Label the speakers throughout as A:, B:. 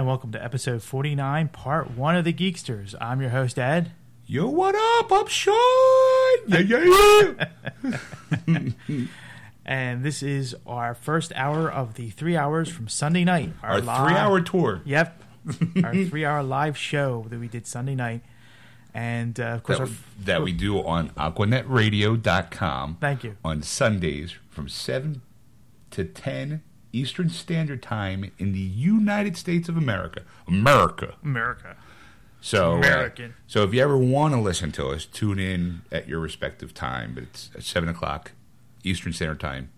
A: episode 49, part one of the Geeksters. I'm your host, Ed.
B: Yo, what up? I'm Sean. Yeah, yeah, yeah.
A: And this is our first hour of the three hours from Sunday night.
B: Our three-hour tour.
A: Yep. our three hour live show that we did Sunday night. And uh, of course,
B: That,
A: our,
B: we, that we do on AquanetRadio.com.
A: Thank you.
B: On Sundays from 7 to 10 Eastern Standard Time in the United States of America. America.
A: America.
B: So, uh,
A: American.
B: so if you ever want to listen to us, tune in at your respective time. But it's at seven o'clock Eastern Standard Time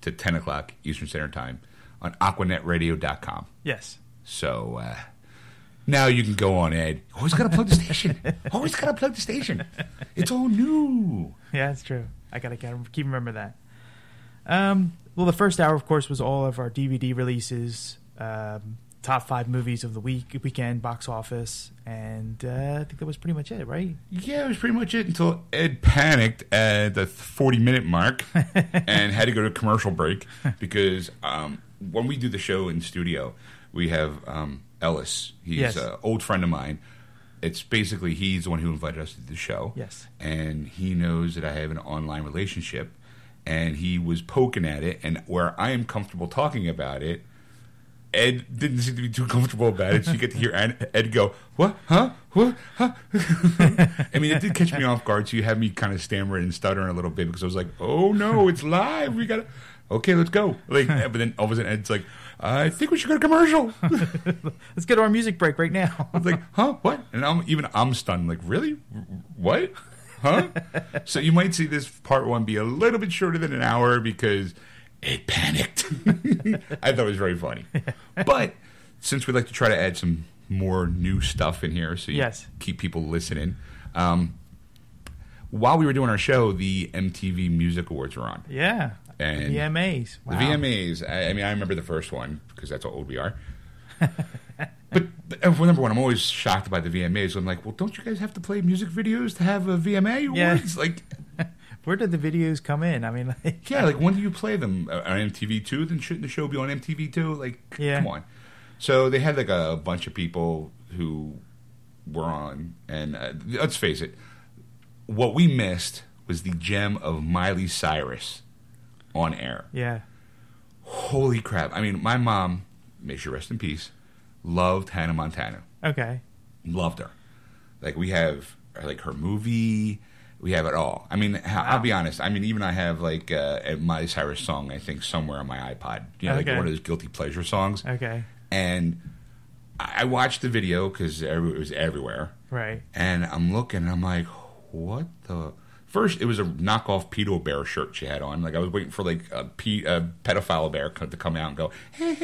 B: to ten o'clock Eastern Standard Time on AquanetRadio.com.
A: Yes.
B: So uh, now you can go on Ed. Always gotta plug the station. Always gotta plug the station. It's all new.
A: Yeah, that's true. I gotta, gotta keep remember that. Um, well, the first hour, of course, was all of our DVD releases, um, top five movies of the week, weekend, box office, and uh, I think that was pretty much it, right?
B: Yeah, it was pretty much it until Ed panicked at the 40 minute mark and had to go to commercial break because um, when we do the show in studio, we have um, Ellis. He's
A: Yes.
B: an old friend of mine. It's basically he's the one who invited us to the show.
A: Yes.
B: And he knows that I have an online relationship and he was poking at it. And where I am comfortable talking about it, Ed didn't seem to be too comfortable about it. So you get to hear Ed, Ed go, "What? Huh? What? Huh?" I mean, it did catch me off guard. So you had me kind of stammering and stuttering a little bit because I was like, "Oh no, it's live. We gotta." Okay, let's go. Like, but then all of a sudden, Ed's like, "I think we should go to commercial." I
A: Let's go to our music break right now.
B: was like, "Huh? What?" And I'm even I'm stunned. Like, really? What? Huh? so you might see this part one be a little bit shorter than an hour because it panicked. I thought it was very funny. But since we like to try to add some more new stuff in here, so you
A: Yes.
B: keep people listening. Um, while we were doing our show, the MTV Music Awards were on.
A: yeah.
B: And-
A: the VMAs. Wow.
B: The VMAs. I, I mean, I remember the first one because that's how old we are. but, but uh, well, number one, I'm always shocked by the VMAs. I'm like, well, don't you guys have to play music videos to have a VMA
A: Yeah.
B: awards? Like,
A: Where did the videos come in? I mean, like,
B: yeah, like when do you play them Uh, on MTV Two? Then shouldn't the show be on MTV Two? Like, c-
A: Yeah.
B: come on. So they had like a bunch of people who were on, and uh, let's face it, what we missed was the gem of Miley Cyrus on air.
A: yeah.
B: Holy crap! I mean, my mom, may she rest in peace, loved Hannah Montana.
A: Okay.
B: Loved her. Like we have like her movie. We have it all. I mean, ha- I'll be honest. I mean, even I have like uh, a Miley Cyrus song. I think somewhere on my iPod. You know,
A: Okay.
B: like one of those guilty pleasure songs.
A: Okay.
B: And I I watched the video because it was everywhere.
A: Right.
B: And I'm looking, and I'm like, what the? First, it was a knockoff pedo bear shirt she had on. Like I was waiting for like a, pe- a pedophile bear co- to come out and go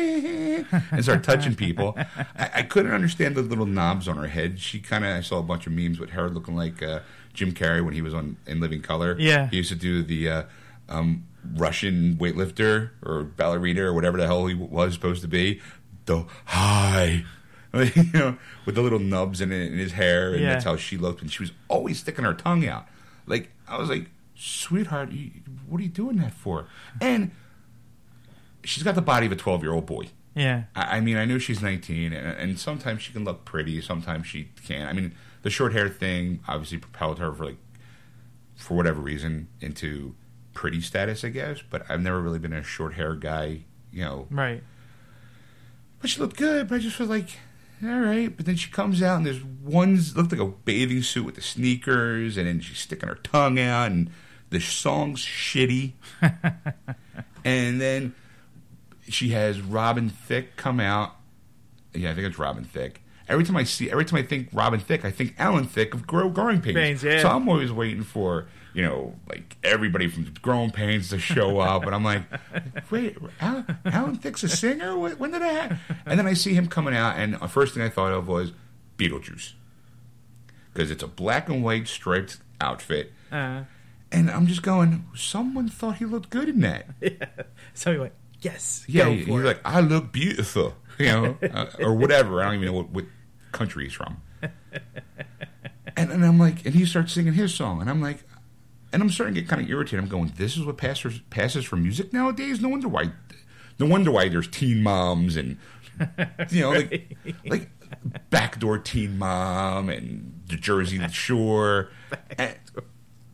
B: and start touching people. I-, I couldn't understand the little knobs on her head. She kind of I saw a bunch of memes with her looking like uh, Jim Carrey when he was on In Living Color.
A: Yeah.
B: he used to do the uh, um, Russian weightlifter or ballerina or whatever the hell he w- was supposed to be. The high. Like, you know, with the little nubs in, it, in his hair, and
A: Yeah.
B: that's how she looked. And she was always sticking her tongue out. Like I was like, sweetheart, you, what are you doing that for? And she's got the body of a twelve-year-old boy.
A: Yeah.
B: I, I mean, I know she's nineteen, and, and sometimes she can look pretty, sometimes she can't. I mean, the short hair thing obviously propelled her for like, for whatever reason, into pretty status, I guess. But I've never really been a short hair guy, you know.
A: Right.
B: But she looked good, but I just was like, all right. But then she comes out and there's one's looked like a bathing suit with the sneakers, and then she's sticking her tongue out, and the song's shitty. and then she has Robin Thicke come out. Yeah, I think it's Robin Thicke. Every time I see, every time I think Robin Thicke, I think Alan Thicke of Grow Growing Pains.
A: Pains, yeah.
B: So I'm always waiting for you know like everybody from Growing Pains to show up, and I'm like, wait, Alan, Alan Thicke's a singer? When when did that? happen? And then I see him coming out, and the first thing I thought of was Beetlejuice because it's a black and white striped outfit,
A: Uh,
B: and I'm just going, someone thought he looked good in that.
A: so he went, yes.
B: Yeah,
A: go
B: he-
A: for
B: he's
A: it.
B: like, I look beautiful, you know, uh, or whatever. I don't even know what, what country he's from. And, and I'm like, and he starts singing his song, and I'm like, and I'm starting to get kind of irritated. I'm going, this is what passes passes for music nowadays. No wonder why, no wonder why there's teen moms and You know, like like backdoor Teen Mom and the Jersey Shore, and,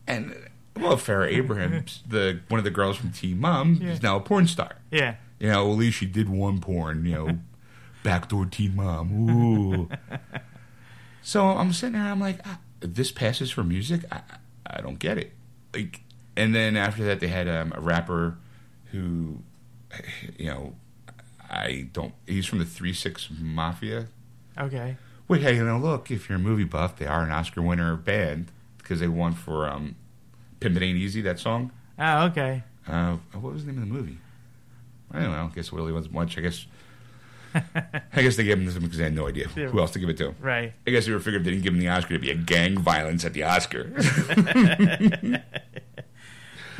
B: and well, Farrah Abrahams, the one of the girls from Teen Mom,
A: Yeah.
B: is now a porn star.
A: yeah.
B: You know, at least she did one porn. You know, backdoor Teen Mom. Ooh. so I'm sitting there. I'm like, ah, this passes for music. I, I I don't get it. Like, and then after that, they had um, a rapper who, you know, I don't. He's from the Three Six Mafia.
A: Okay.
B: Wait, hey, you know, look, if you're a movie buff, they are an Oscar winner band because they won for um, "Pimp It Ain't Easy." That song.
A: Oh, okay.
B: Uh, what was the name of the movie? I don't know. I guess it really wasn't much. I guess. I guess they gave him this because they had no idea
A: Yeah.
B: who else to give it to.
A: Right.
B: I guess they were figured they didn't give him the Oscar to be a gang violence at the Oscar.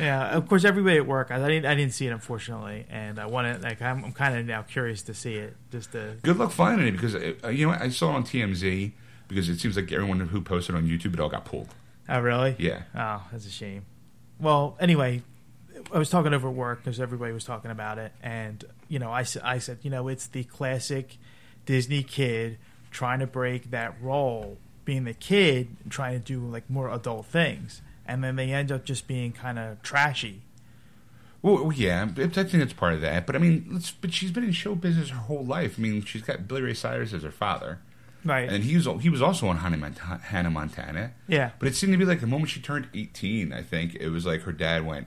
A: Yeah. Of course, everybody at work. I, I didn't. I didn't see it unfortunately, and I want to. Like, I'm, I'm kind of now curious to see it. Just to.
B: Good luck finding it because uh, you know I saw it on TMZ because it seems like everyone who posted on YouTube it all got pulled.
A: Oh, really?
B: Yeah.
A: Oh, that's a shame. Well, anyway, I was talking over at work because everybody was talking about it, and you know, I, s- I said, you know, it's the classic Disney kid trying to break that role, being the kid trying to do like more adult things, and then they end up just being kind of trashy.
B: Well, well, yeah, I I think that's part of that. But I mean, let's, but she's been in show business her whole life. I mean, she's got Billy Ray Cyrus as her father,
A: Right.
B: and he was he was also on Hannah, Mont- Hannah Montana.
A: yeah.
B: But it seemed to be like the moment she turned 18, I think, it was like her dad went,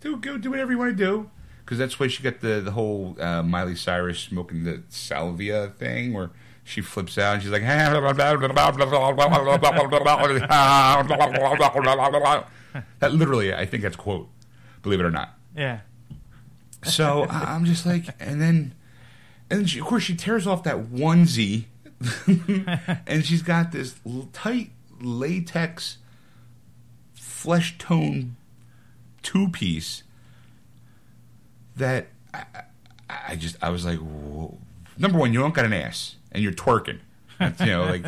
B: do, go do whatever you want to do. Because that's why she got the, the whole uh, Miley Cyrus smoking the salvia thing where she flips out and she's like, that literally, I think that's a quote, believe it or not.
A: Yeah.
B: So I- I'm just like, and then, and then she, of course she tears off that onesie, and she's got this l- tight latex, flesh tone, two piece. That I, I I just I was like, Whoa. number one, you don't got an ass, and you're twerking. That's, you know, like,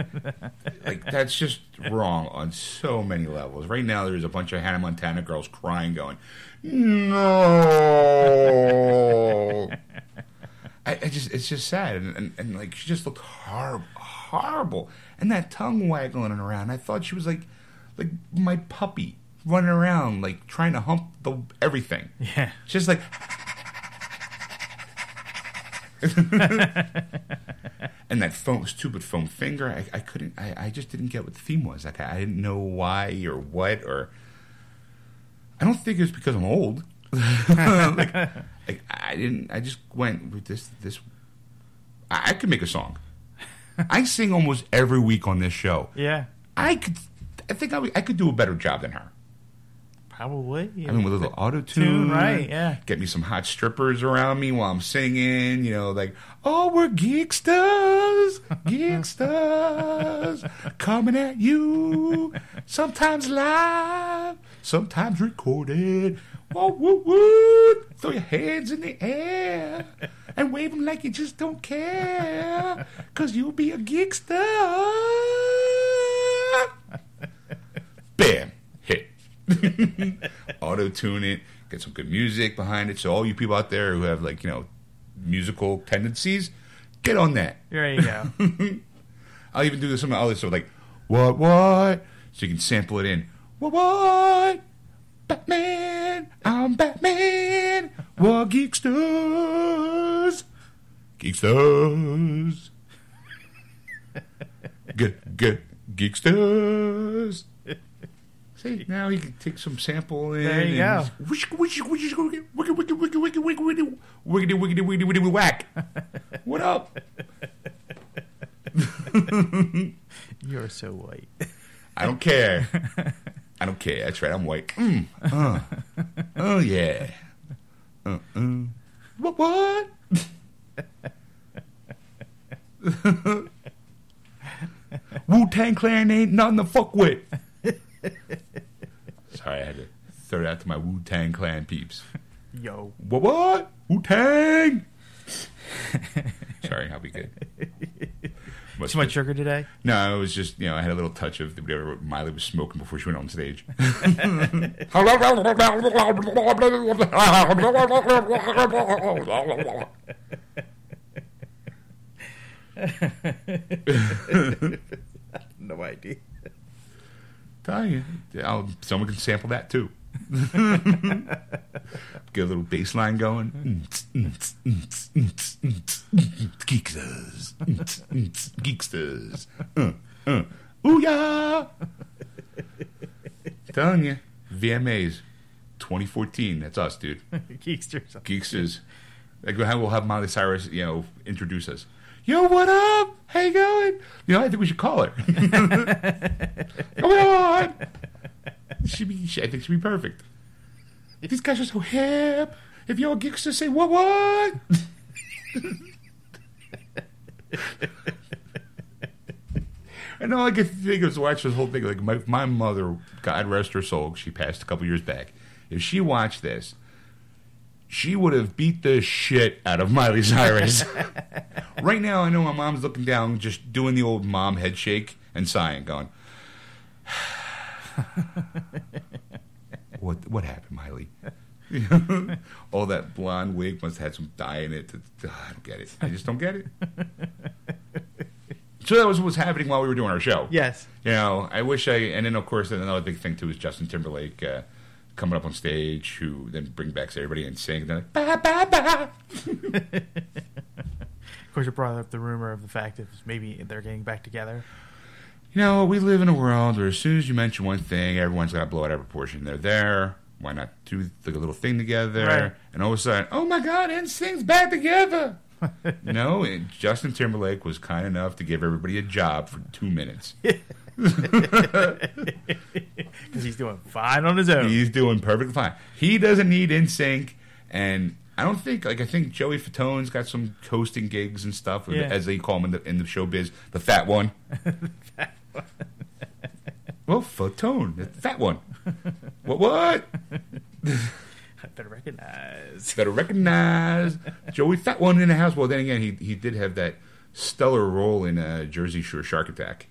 B: like that's just wrong on so many levels. Right now, there's a bunch of Hannah Montana girls crying, going, "No." I, I just, it's just sad, and, and, and like she just looked horrible, horrible, and that tongue waggling around. I thought she was like, like my puppy running around, like trying to hump the everything.
A: Yeah.
B: She's like, and that foam, stupid foam finger. I, I couldn't. I, I just didn't get what the theme was. Like I didn't know why or what or. I don't think it's because I'm old. like, like, I didn't. I just went with this. This. I, I could make a song. I sing almost every week on this show.
A: Yeah.
B: I could. I think I, would- I could do a better job than her.
A: Probably. Yeah.
B: I mean, with a little auto tune,
A: right, yeah.
B: Get me some hot strippers around me while I'm singing. You know, like, oh, we're geeksters, geeksters, coming at you. Sometimes live, sometimes recorded. Whoa, woo, woo! Throw your hands in the air and wave them like you just don't care, cause you'll be a geekster. Bam, hit auto tune it, get some good music behind it. So all you people out there who have like you know musical tendencies, get on that.
A: there you go.
B: I'll even do some other stuff like what what, so you can sample it in. What what, Batman, I'm Batman. What geeksters, geeksters, good good geeksters. See now you can take some sample in.
A: There you
B: and Wish, wish, wish, wish, wicked, wicked, wicked, wicked, wicked, wicked, wicked, wicked, wicked, wicked, wicked, whack. What up?
A: You're so white.
B: I don't care. I don't care. That's right. I'm white. Mm, uh, oh yeah. Uh, uh. What? What? Wu Tang Clan ain't nothing to fuck with. Sorry, I had to throw that to my Wu Tang Clan peeps.
A: Yo.
B: What? What? Wu Tang. Sorry, I'll be good. Must
A: Too much sugar today.
B: no, it was just you know I had a little touch of whatever Miley was smoking before she went on stage. I
C: no idea.
B: Tell you, I'll, someone can sample that too. Get a little bass line going. Geeksters, geeksters. Uh, uh. Ooh yeah! Telling you, VMAs, 2014. That's us, dude.
A: Geeksters.
B: Geeksters. Like we'll have, we'll have Miley Cyrus, you know, introduce us. Yo, what up? How you going? You know, I think we should call her. Come on. She be, she, I think she'd be perfect. These guys are so hip. If you're a geekster, say what what? and all I could think was watch this whole thing. Like my, my mother, God rest her soul, she passed a couple years back. If she watched this, she would have beat the shit out of Miley Cyrus. right now, I know my mom's looking down, just doing the old mom head shake and sighing, going, "What? What happened, Miley?" All that blonde wig must have had some dye in it. I don't get it. I just don't get it. So that was what was happening while we were doing our show.
A: Yes.
B: You know, I wish I. And then, of course, another big thing too is Justin Timberlake uh, coming up on stage, who then bring back everybody and sing. And they're like, ba ba ba.
A: Of course, you brought up the rumor of the fact that maybe they're getting back together.
B: You know, we live in a world where as soon as you mention one thing, everyone's got to blow it out of proportion. They're there. Why not do the little thing together?
A: Right.
B: And all of a sudden, oh my God, NSYNC's back together. no, and Justin Timberlake was kind enough to give everybody a job for two minutes.
A: Because he's doing fine on his own.
B: He's doing perfectly fine. He doesn't need NSYNC, and I don't think like I think Joey Fatone's got some hosting gigs and stuff,
A: Yeah.
B: as they call him in the in the showbiz, the fat one. well, Fatone, the fat one. what? What?
A: I better recognize.
B: Better recognize Joey Fat One in the house. Well, then again, he he did have that stellar role in uh, Jersey Shore Shark Attack.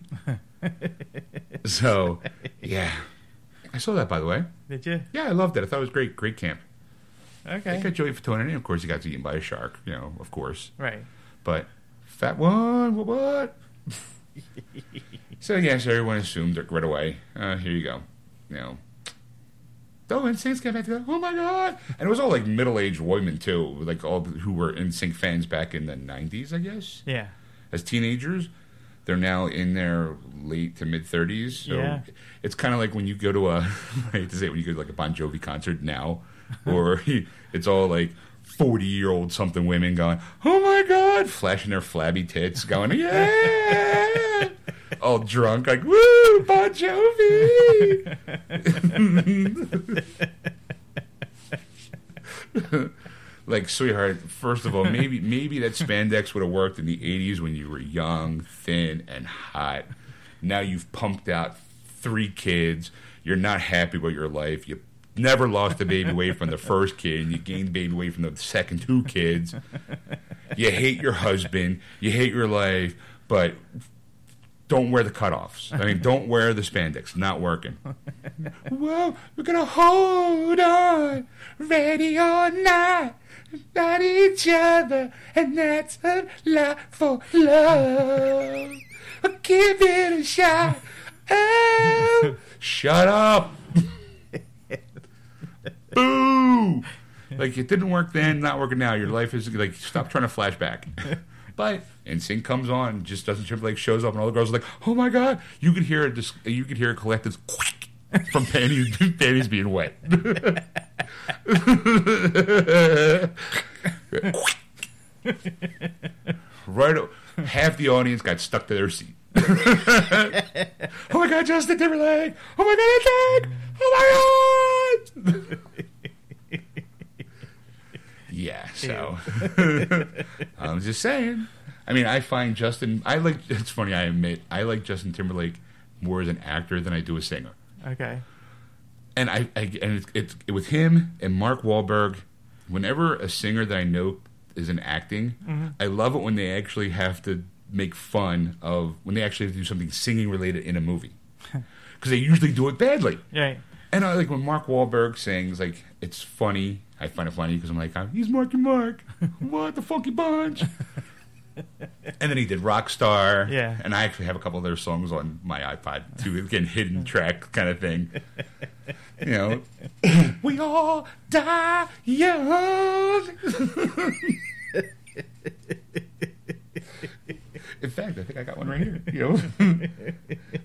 B: so, yeah, I saw that by the way.
A: Did you?
B: Yeah, I loved it. I thought it was great. Great camp. It
A: Okay.
B: got Joey Fatone in it. Of course, he got eaten by a shark. You know, of course.
A: Right.
B: But fat one, what? what? so yes, everyone assumed it right away. Uh, here you go. You know. Oh, and Saints got back together. Oh my god! And it was all like middle-aged women too, like all who were NSYNC fans back in the '90s, I guess.
A: Yeah.
B: As teenagers, they're now in their late to mid 30s. So
A: Yeah.
B: it's kind of like when you go to a, I hate to say it, when you go to like a Bon Jovi concert now, or it's all like 40 year old something women going, oh my God, flashing their flabby tits, going, yeah, all drunk, like, woo, Bon Jovi. like sweetheart first of all maybe maybe that spandex would have worked in the 80s when you were young thin and hot now you've pumped out three kids you're not happy with your life you never lost a baby weight from the first kid and you gained baby weight from the second two kids you hate your husband you hate your life but don't wear the cutoffs. I mean, don't wear the spandex. Not working. Whoa, we're gonna hold on, ready or not, not each other, and that's a lot for love. Give it a shot. Oh, shut up. Boo! Like it didn't work then, not working now. Your life is like stop trying to flash back. but NSYNC comes on, just doesn't Timberlake shows up, and all the girls are like, "Oh my god!" You could hear a dis- you could hear a collective squeak from panties panties being wet. right, o- half the audience got stuck to their seat. oh my god, Justin Timberlake! Oh my god, NSYNC! Oh my god! Yeah, so I'm just saying. I mean, I find Justin. I like. It's funny. I admit I like Justin Timberlake more as an actor than I do a singer.
A: Okay.
B: And I, I and it's, it's with him and Mark Wahlberg. Whenever a singer that I know is in acting, I love it when they actually have to make fun of when they actually have to do something singing related in a movie because they usually do it badly.
A: Right.
B: And I like when Mark Wahlberg sings, like it's funny. I find it funny because I'm like, he's Marky Mark. What the funky bunch? and then he did Rockstar.
D: Yeah.
B: And I actually have a couple of their songs on my iPod too, again, hidden track kind of thing. You know, we all die young. In fact, I think I got one right here. You know,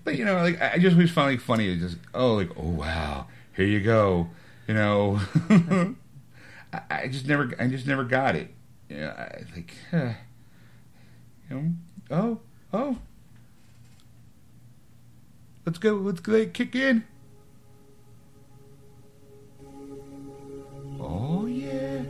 B: but you know, like I I just always find like funny. It's just oh, like oh wow, here you go. You know, I, I just never, I just never got it. You know, I like. huh you know, oh, oh. Let's go, let's go, kick in. Oh, yeah.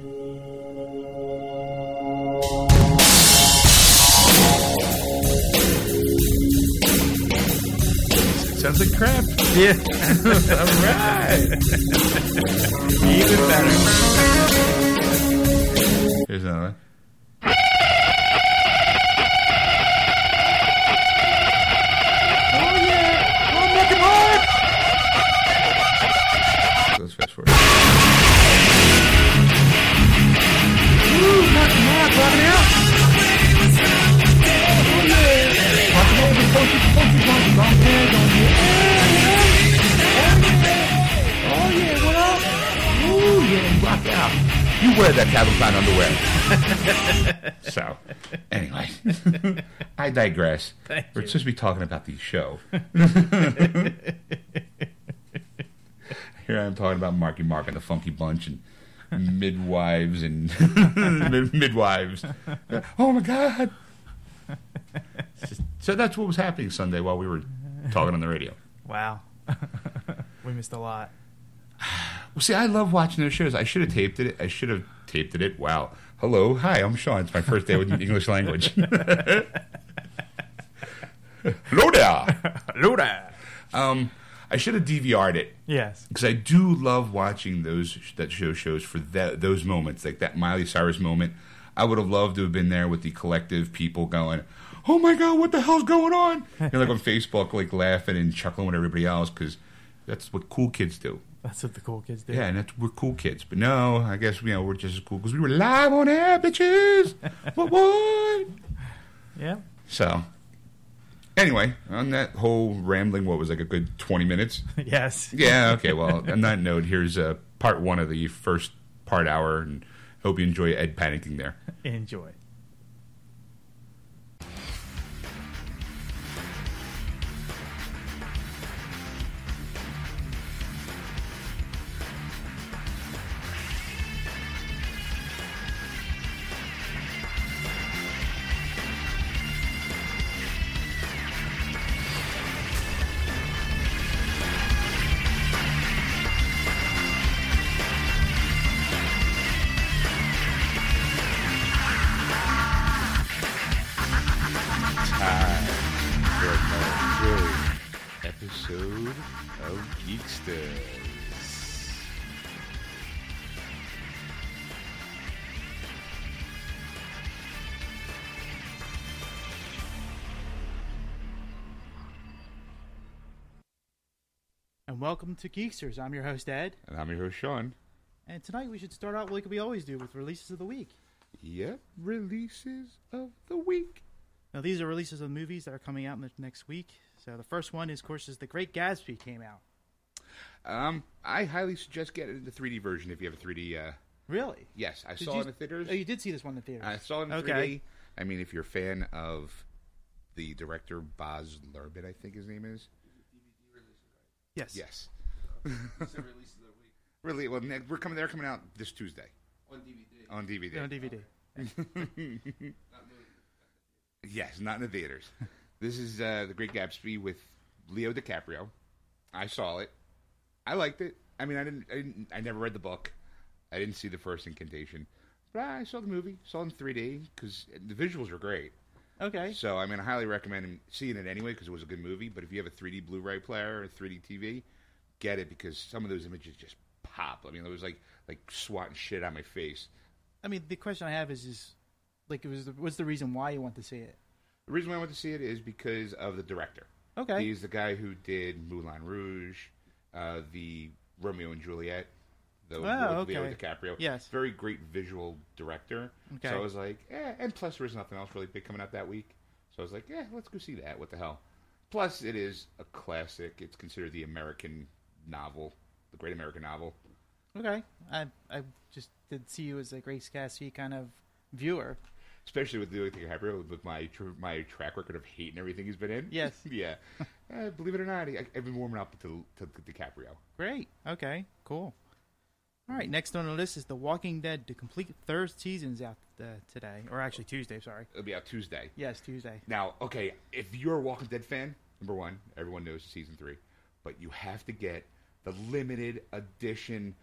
B: It sounds like crap.
D: Yeah.
B: All right.
D: Even better.
B: Here's another one. Oh, Let's fast forward. Oh yeah, what up? Ooh, yeah, rock out. You wear that Calvin Klein underwear. so, anyway, I digress.
D: Thank
B: We're
D: you.
B: supposed to be talking about the show. Here I am talking about Marky Mark and the Funky Bunch and midwives and mid- midwives. Oh my God! So that's what was happening Sunday while we were talking on the radio.
D: Wow. we missed a lot.
B: Well, see, I love watching those shows. I should have taped it. I should have taped it. Wow. Hello. Hi, I'm Sean. It's my first day with English language. Hello there.
D: Luda.
B: Um, I should have DVR'd it
D: Yes.
B: because I do love watching those that show shows for that, those moments, like that Miley Cyrus moment. I would have loved to have been there with the collective people going, "Oh my god, what the hell's going on?" You know, like on Facebook, like laughing and chuckling with everybody else because that's what cool kids do.
D: That's what the cool kids do.
B: Yeah, and that's, we're cool kids. But no, I guess you know we're just as cool because we were live on air, bitches. what what?
D: Yeah.
B: So, anyway, on that whole rambling, what was like a good twenty minutes?
D: yes.
B: Yeah. Okay. Well, on that note, here's uh, part one of the first part hour, and hope you enjoy Ed Paddington there.
D: Enjoy.
E: Ah. for another episode of Geeksters.
A: And welcome to Geeksters. I'm your host, Ed.
B: And I'm your host, Sean.
A: And tonight we should start out like we always do with releases of the week.
E: Yep, releases of the week.
A: Now, these are releases of movies that are coming out in the next week. So, the first one, is, of course, is The Great Gatsby came out.
E: Um, I highly suggest getting the 3D version if you have a 3D. Uh,
A: Really?
E: yes, I
A: Did
E: saw
A: you-
E: it in the theaters.
A: Oh, you did see this one in the theaters.
E: I saw it in
A: Okay.
E: 3D. I mean, if you're a fan of the director Boz Luhrmann, I think his name is.
A: Yes.
E: Yes. Really? Well, ne- we're coming. They're coming out this Tuesday on DVD.
A: On DVD.
E: Yes, not in the theaters. This is uh, The Great Gatsby with Leo DiCaprio. I saw it. I liked it. I mean, I didn't, I didn't. I never read the book. I didn't see the first incantation, but I saw the movie. Saw it in 3D because the visuals are great.
A: Okay.
E: So I mean, I highly recommend seeing it anyway because it was a good movie. But if you have a 3D Blu-ray player or a 3D TV, get it because some of those images just pop. I mean, it was like like swatting shit on my face.
A: I mean, the question I have is, is like, it was the, what's the reason why you want to see it?
E: The reason why I went to see it is because of the director.
A: Okay.
E: He's the guy who did Moulin Rouge, uh, the Romeo and Juliet,
B: though
A: Oh,
B: with Leo
A: okay.
B: DiCaprio.
A: Yes.
B: very great visual director.
A: Okay.
B: So I was like, eh. And plus, there was nothing else really big coming out that week. So I was like, yeah, let's go see that. What the hell? Plus, it is a classic. It's considered the American novel, the great American novel.
A: Okay. I I just did see you as a Grace Gatsby kind of viewer.
B: especially with Leo DiCaprio, with my tr- my track record of hate and everything he's been in.
A: Yes.
B: yeah. Uh, believe it or not, I, I've been warming up to, to DiCaprio.
A: Great. Okay. Cool. All right. Next on the list is The Walking Dead to complete third season's out uh, today, or actually Tuesday. Sorry.
B: It'll be out Tuesday.
A: Yes, Tuesday.
B: Now, okay, if you're a Walking Dead fan, number one, everyone knows season three, but you have to get the limited edition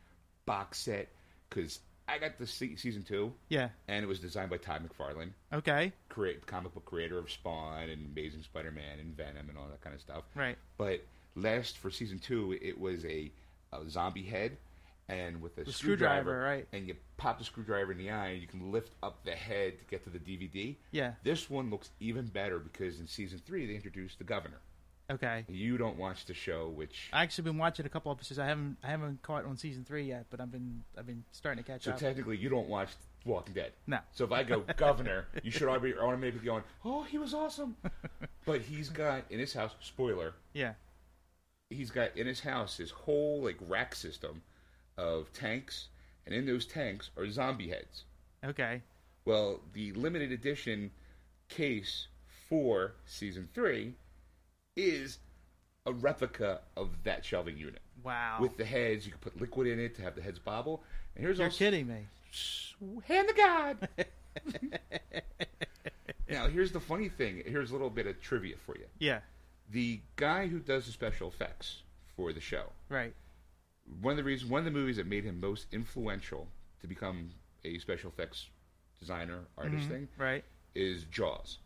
B: box set because I got the se- season two,
A: Yeah.
B: and it was designed by Todd McFarlane.
A: Okay.
B: create comic book creator of Spawn and Amazing Spider-Man and Venom and all that kind of stuff.
A: Right.
B: But last for season two, it was a, a zombie head, and with a
A: The
B: screwdriver,
A: screwdriver, right.
B: And you pop the screwdriver in the eye, and you can lift up the head to get to the DVD.
A: Yeah.
B: This one looks even better because in season three they introduced the governor.
A: Okay.
B: You don't watch the show, which
A: I actually been watching a couple episodes. I haven't I haven't caught on season three yet, but I've been I've been starting to catch
B: so
A: up.
B: technically you don't watch Walking Dead.
A: No.
B: So if I go governor, you should already automatically be going, oh, he was awesome. But he's got in his house. Spoiler.
A: yeah.
B: he's got in his house his whole like rack system of tanks, and in those tanks are zombie heads.
A: Okay.
B: Well, the limited edition case for season three is a replica of that shelving unit.
A: Wow.
B: With the heads, you can put liquid in it to have the heads bobble. And here's
A: You're
B: also
A: kidding me.
B: hand to God. now, here's the funny thing. Here's a little bit of trivia for you.
A: Yeah.
B: The guy who does the special effects for the show,
A: Right.
B: one of the reasons, one of the movies that made him most influential to become a special effects designer
A: Mm-hmm.
B: artist thing
A: Right.
B: is Jaws.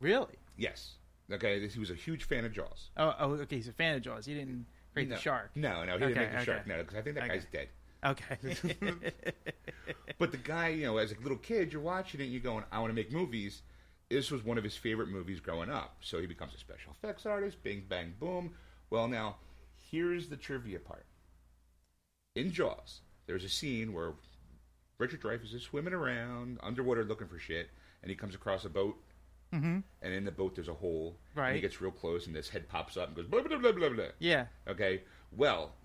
A: Really?
B: Yes. Okay, this, he was a huge fan of Jaws.
A: Oh, oh. Okay. He's a fan of Jaws. He didn't create
B: no,
A: the shark.
B: No, no, he
A: Okay,
B: didn't make the shark.
A: okay.
B: No, because I think that
A: Okay.
B: guy's dead.
A: Okay.
B: But the guy, you know, as a little kid, you're watching it and you're going, I want to make movies. This was one of his favorite movies growing up. So he becomes a special effects artist, bing, bang, boom. Well, now, here's the trivia part. In Jaws, there's a scene where Richard Dreyfuss is swimming around underwater looking for shit, and he comes across a boat. And in the boat, there's a hole. And he
A: Right.
B: gets real close, and this head pops up and goes, blah, blah, blah, blah, blah.
A: yeah.
B: Okay. Well,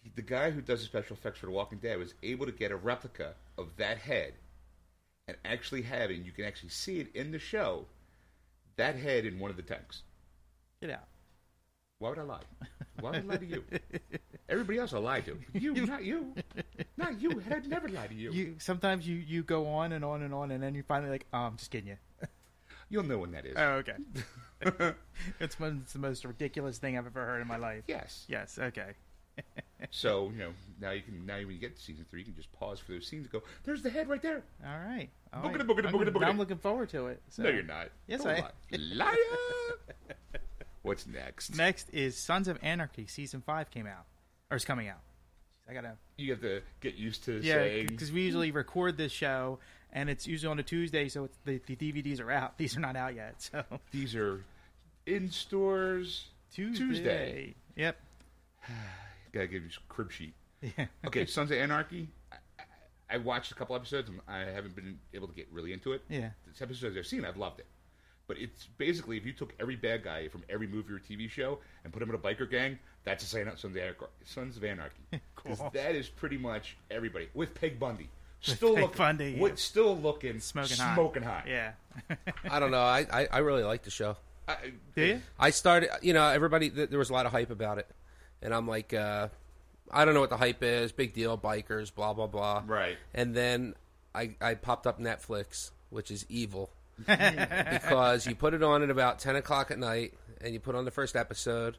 B: he- the guy who does the special effects for The Walking Dead was able to get a replica of that head and actually have it, and you can actually see it in the show, that head in one of the tanks.
A: Get out.
B: Why would I lie? Why would I lie to you? Everybody else I lie to. You, not you. Not you. I'd never lie to you. you.
A: You sometimes you you go on and on and on, and then you finally like, oh, I'm just kidding you.
B: will know when that is.
A: Oh, okay. it's, one, it's the most ridiculous thing I've ever heard in my life.
B: yes.
A: Yes. Okay.
B: So, you know, now you can, now when you get to season three, you can just pause for those scenes and go, there's the head right there.
A: All right. All
B: Boogity,
A: right.
B: boogity,
A: I'm,
B: boogity,
A: gonna- I'm
B: boogity.
A: looking forward to it. So.
B: No, you're not.
A: Yes,
B: Don't
A: I-
B: lie. Liar! What's next?
A: Next is Sons of Anarchy season five came out, or is coming out. I gotta
B: you have to get used to
A: yeah,
B: saying
A: because we usually record this show, and it's usually on a Tuesday, so it's, the, the DVDs are out. These are not out yet, so
B: these are in stores Tuesday.
A: Yep.
B: Gotta give you some crib sheet.
A: Yeah.
B: Okay, Sons of Anarchy. I, I, I watched a couple episodes. and I haven't been able to get really into it.
A: Yeah.
B: This episodes I've seen, I've loved it. But it's basically if you took every bad guy from every movie or TV show and put him in a biker gang, that's a Sons of Anarchy. Sons of Anarchy. 'Cause
A: Cool.
B: that is pretty much everybody with Peg Bundy. Still
A: Peg
B: looking,
A: Bundy,
B: what,
A: yeah.
B: still looking,
A: Smoking hot.
B: smoking hot.
A: Yeah.
F: I don't know. I, I, I really like the show.
B: I-
A: Do you?
F: I started, you know, everybody, th- there was a lot of hype about it. And I'm like, uh, I don't know what the hype is. Big deal, bikers, blah, blah, blah.
B: Right.
F: And then I, I popped up Netflix, which is evil. because you put it on at about 10 o'clock at night and you put on the first episode.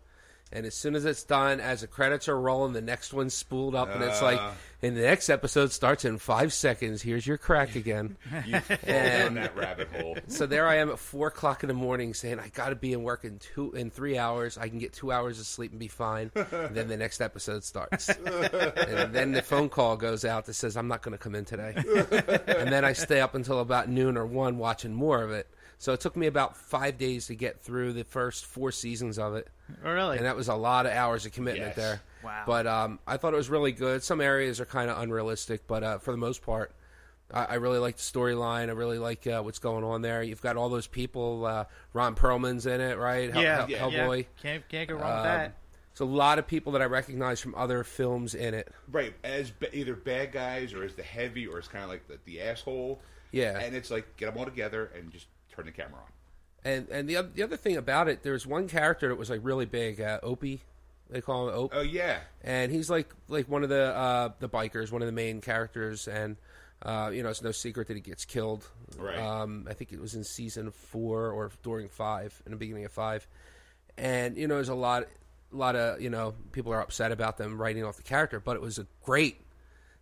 F: And as soon as it's done, as the credits are rolling, the next one's spooled up, and it's like, and the next episode starts in five seconds. Here's your crack again.
B: You fall down that rabbit hole.
F: so there I am at four o'clock in the morning, saying I got to be in work in two in three hours. I can get two hours of sleep and be fine. And then the next episode starts, and then the phone call goes out that says I'm not going to come in today. and then I stay up until about noon or one watching more of it. So it took me about five days to get through the first four seasons of it,
A: Oh, really?
F: and that was a lot of hours of commitment
B: Yes.
F: there.
A: Wow.
F: But um, I thought it was really good. Some areas are kind of unrealistic, but uh, for the most part, I, I really like the storyline. I really like uh, what's going on there. You've got all those people. Uh, Ron Perlman's in it, right? Hell-
A: yeah,
F: Hell-
A: yeah,
F: Hellboy.
A: Can't can't go wrong with
F: Um,
A: that.
F: It's a lot of people that I recognize from other films in it.
B: Right, as ba- either bad guys or as the heavy or as kind of like the, the asshole.
F: Yeah.
B: and it's like get them all together and just turn the camera on.
F: And and the oth- the other thing about it, there was one character that was like really big, uh, Opie. They call him Ope,
B: Oh yeah,
F: and he's like like one of the uh, the bikers, one of the main characters, and uh, you know it's no secret that he gets killed.
B: Right.
F: Um, I think it was in season four or during five, in the beginning of five, and you know there's a lot a lot of you know people are upset about them writing off the character, but it was a great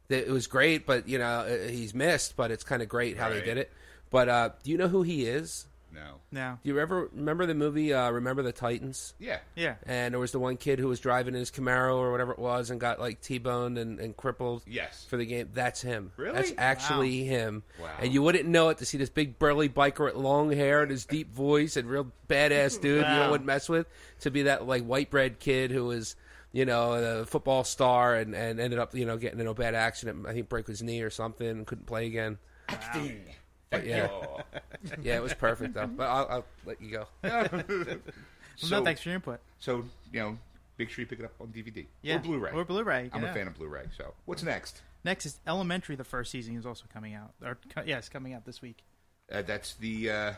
F: that it was great, but you know uh, he's missed, but it's kind of great how they
B: Right.
F: did it. But uh, do you know who he is?
B: no,
A: No.
F: Do you ever remember the movie uh, Remember the Titans?
B: yeah,
A: Yeah.
F: And there was the one kid who was driving his Camaro or whatever it was and got like T-boned and, and crippled.
B: Yes.
F: For the game, that's him.
B: Really?
F: That's actually him.
B: Wow.
F: And you wouldn't know it to see this big burly biker with long hair and his deep voice and real badass dude you wouldn't mess with to be that like white bread kid who was you know a football star and, and ended up you know getting in a bad accident. I think broke his knee or something and couldn't play again. But yeah,
B: Oh.
F: yeah, it was perfect though. But I'll, I'll let you go.
A: Well,
B: So-
A: no, thanks for your input.
B: So you know, make sure you pick it up on DVD
A: Yeah.
B: or Blu-ray.
A: Or Blu-ray.
B: I'm
A: yeah.
B: a fan of Blu-ray. So what's next?
A: Next is Elementary. The first season is also coming out. Or co- yeah, it's coming out this week.
B: Uh, that's the uh,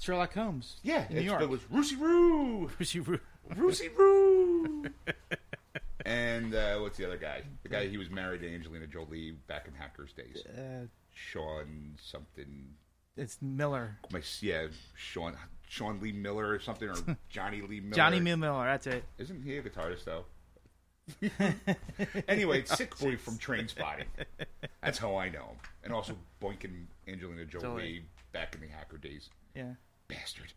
A: Sherlock Holmes.
B: yeah.
A: in New
B: it's-
A: York.
B: It was Roosie Roo, Roosie Roo. and uh, what's the other guy? The guy he was married to Angelina Jolie back in Hackers days.
A: uh,
B: Sean something.
A: it's Miller.
B: My yeah, Sean Sean Lee Miller or something or Johnny Lee Miller.
A: Johnny Mill Miller. That's it.
B: Isn't he a guitarist though? anyway, it's Sick Boy from Train Spotting. That's how I know him. And also Boink and Angelina Jolie
A: Jolie.
B: back in the hacker days.
A: Yeah.
B: Bastard.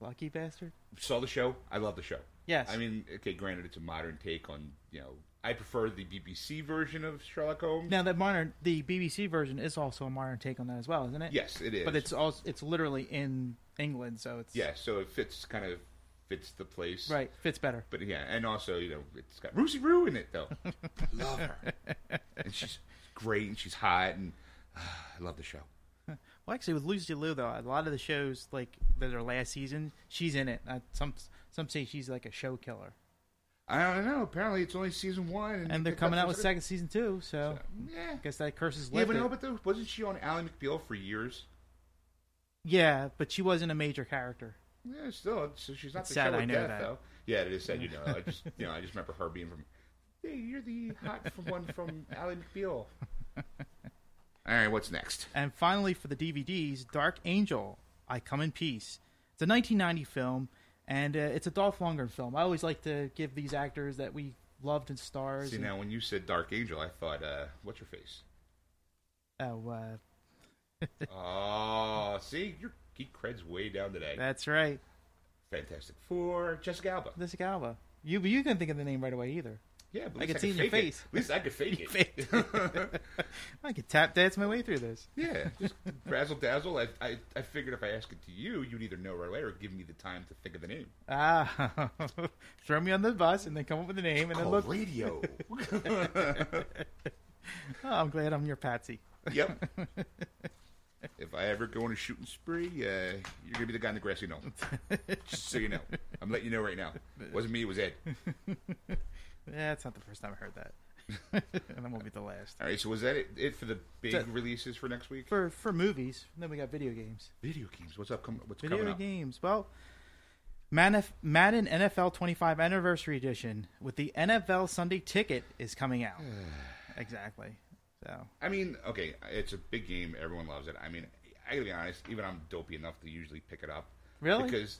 A: Lucky bastard.
B: Saw the show. I love the show.
A: Yes.
B: I mean, okay, granted, it's a modern take on, you know, I prefer the BBC version of Sherlock Holmes.
A: Now that modern, the BBC version is also a modern take on that as well, isn't it?
B: Yes, it is.
A: But it's also it's literally in England, so it's
B: Yeah, so it fits, kind of fits the place.
A: right fits better.
B: But yeah, and also, you know, it's got Rosie Roo in it, though. love her. And she's great and she's hot and ah, I love the show.
A: Well, actually, with Lucy Liu though, a lot of the shows like that are last season, she's in it. Uh, some some say she's like a show killer,
B: I don't know. Apparently, it's only season one,
A: and they're coming out with second season too. So
B: Yeah,
A: I guess that curses
B: yeah,
A: lifted.
B: but no, but there, wasn't she on Ally McBeal for years?
A: yeah, but she wasn't a major character.
B: Yeah, still, so she's not
A: It's
B: the
A: sad
B: killer
A: I know
B: death,
A: that.
B: though. Yeah, it is sad. You know, I just you know, I just remember her being from. Hey, you're the hot from one from Ally McBeal. All right, what's next?
A: And finally, for the DVDs, Dark Angel, I Come in Peace. It's a 1990 film, and uh, it's a Dolph Lundgren film. I always like to give these actors that we loved and stars.
B: See
A: and,
B: now, when you said Dark Angel, I thought, uh, what's your face?
A: Oh, uh,
B: Oh, see, your geek cred's way down today.
A: that's right,
B: Fantastic Four, Jessica Alba.
A: Jessica Alba. You you couldn't think of the name right away either.
B: Yeah, but
A: I
B: at least
A: can see in your
B: fake it.
A: face.
B: At least I could fake it.
A: I could tap dance my way through this.
B: Yeah, just razzle dazzle. I, I I figured if I asked it to you, you'd either know right away or give me the time to think of the name.
A: Ah, throw me on the bus and then come up with a name and then look.
B: radio.
A: Oh, I'm glad I'm your patsy.
B: yep. If I ever go on a shooting spree, uh, you're gonna be the guy in the grassy knoll. Just so you know, I'm letting you know right now. wasn't me. It was Ed.
A: Yeah, it's not the first time I heard that, and I won't be the last.
B: All right. So was that it, it for the big
A: That's it.
B: releases for next week?
A: For for movies, then we got video games.
B: Video games. What's up? Com- what's
A: Video
B: coming up?
A: games. Well, Manif- Madden NFL 25 Anniversary Edition with the NFL Sunday Ticket is coming out. exactly. So
B: I mean, okay, it's a big game. Everyone loves it. I mean, I gotta be honest. Even I'm dopey enough to usually pick it up.
A: Really?
B: Because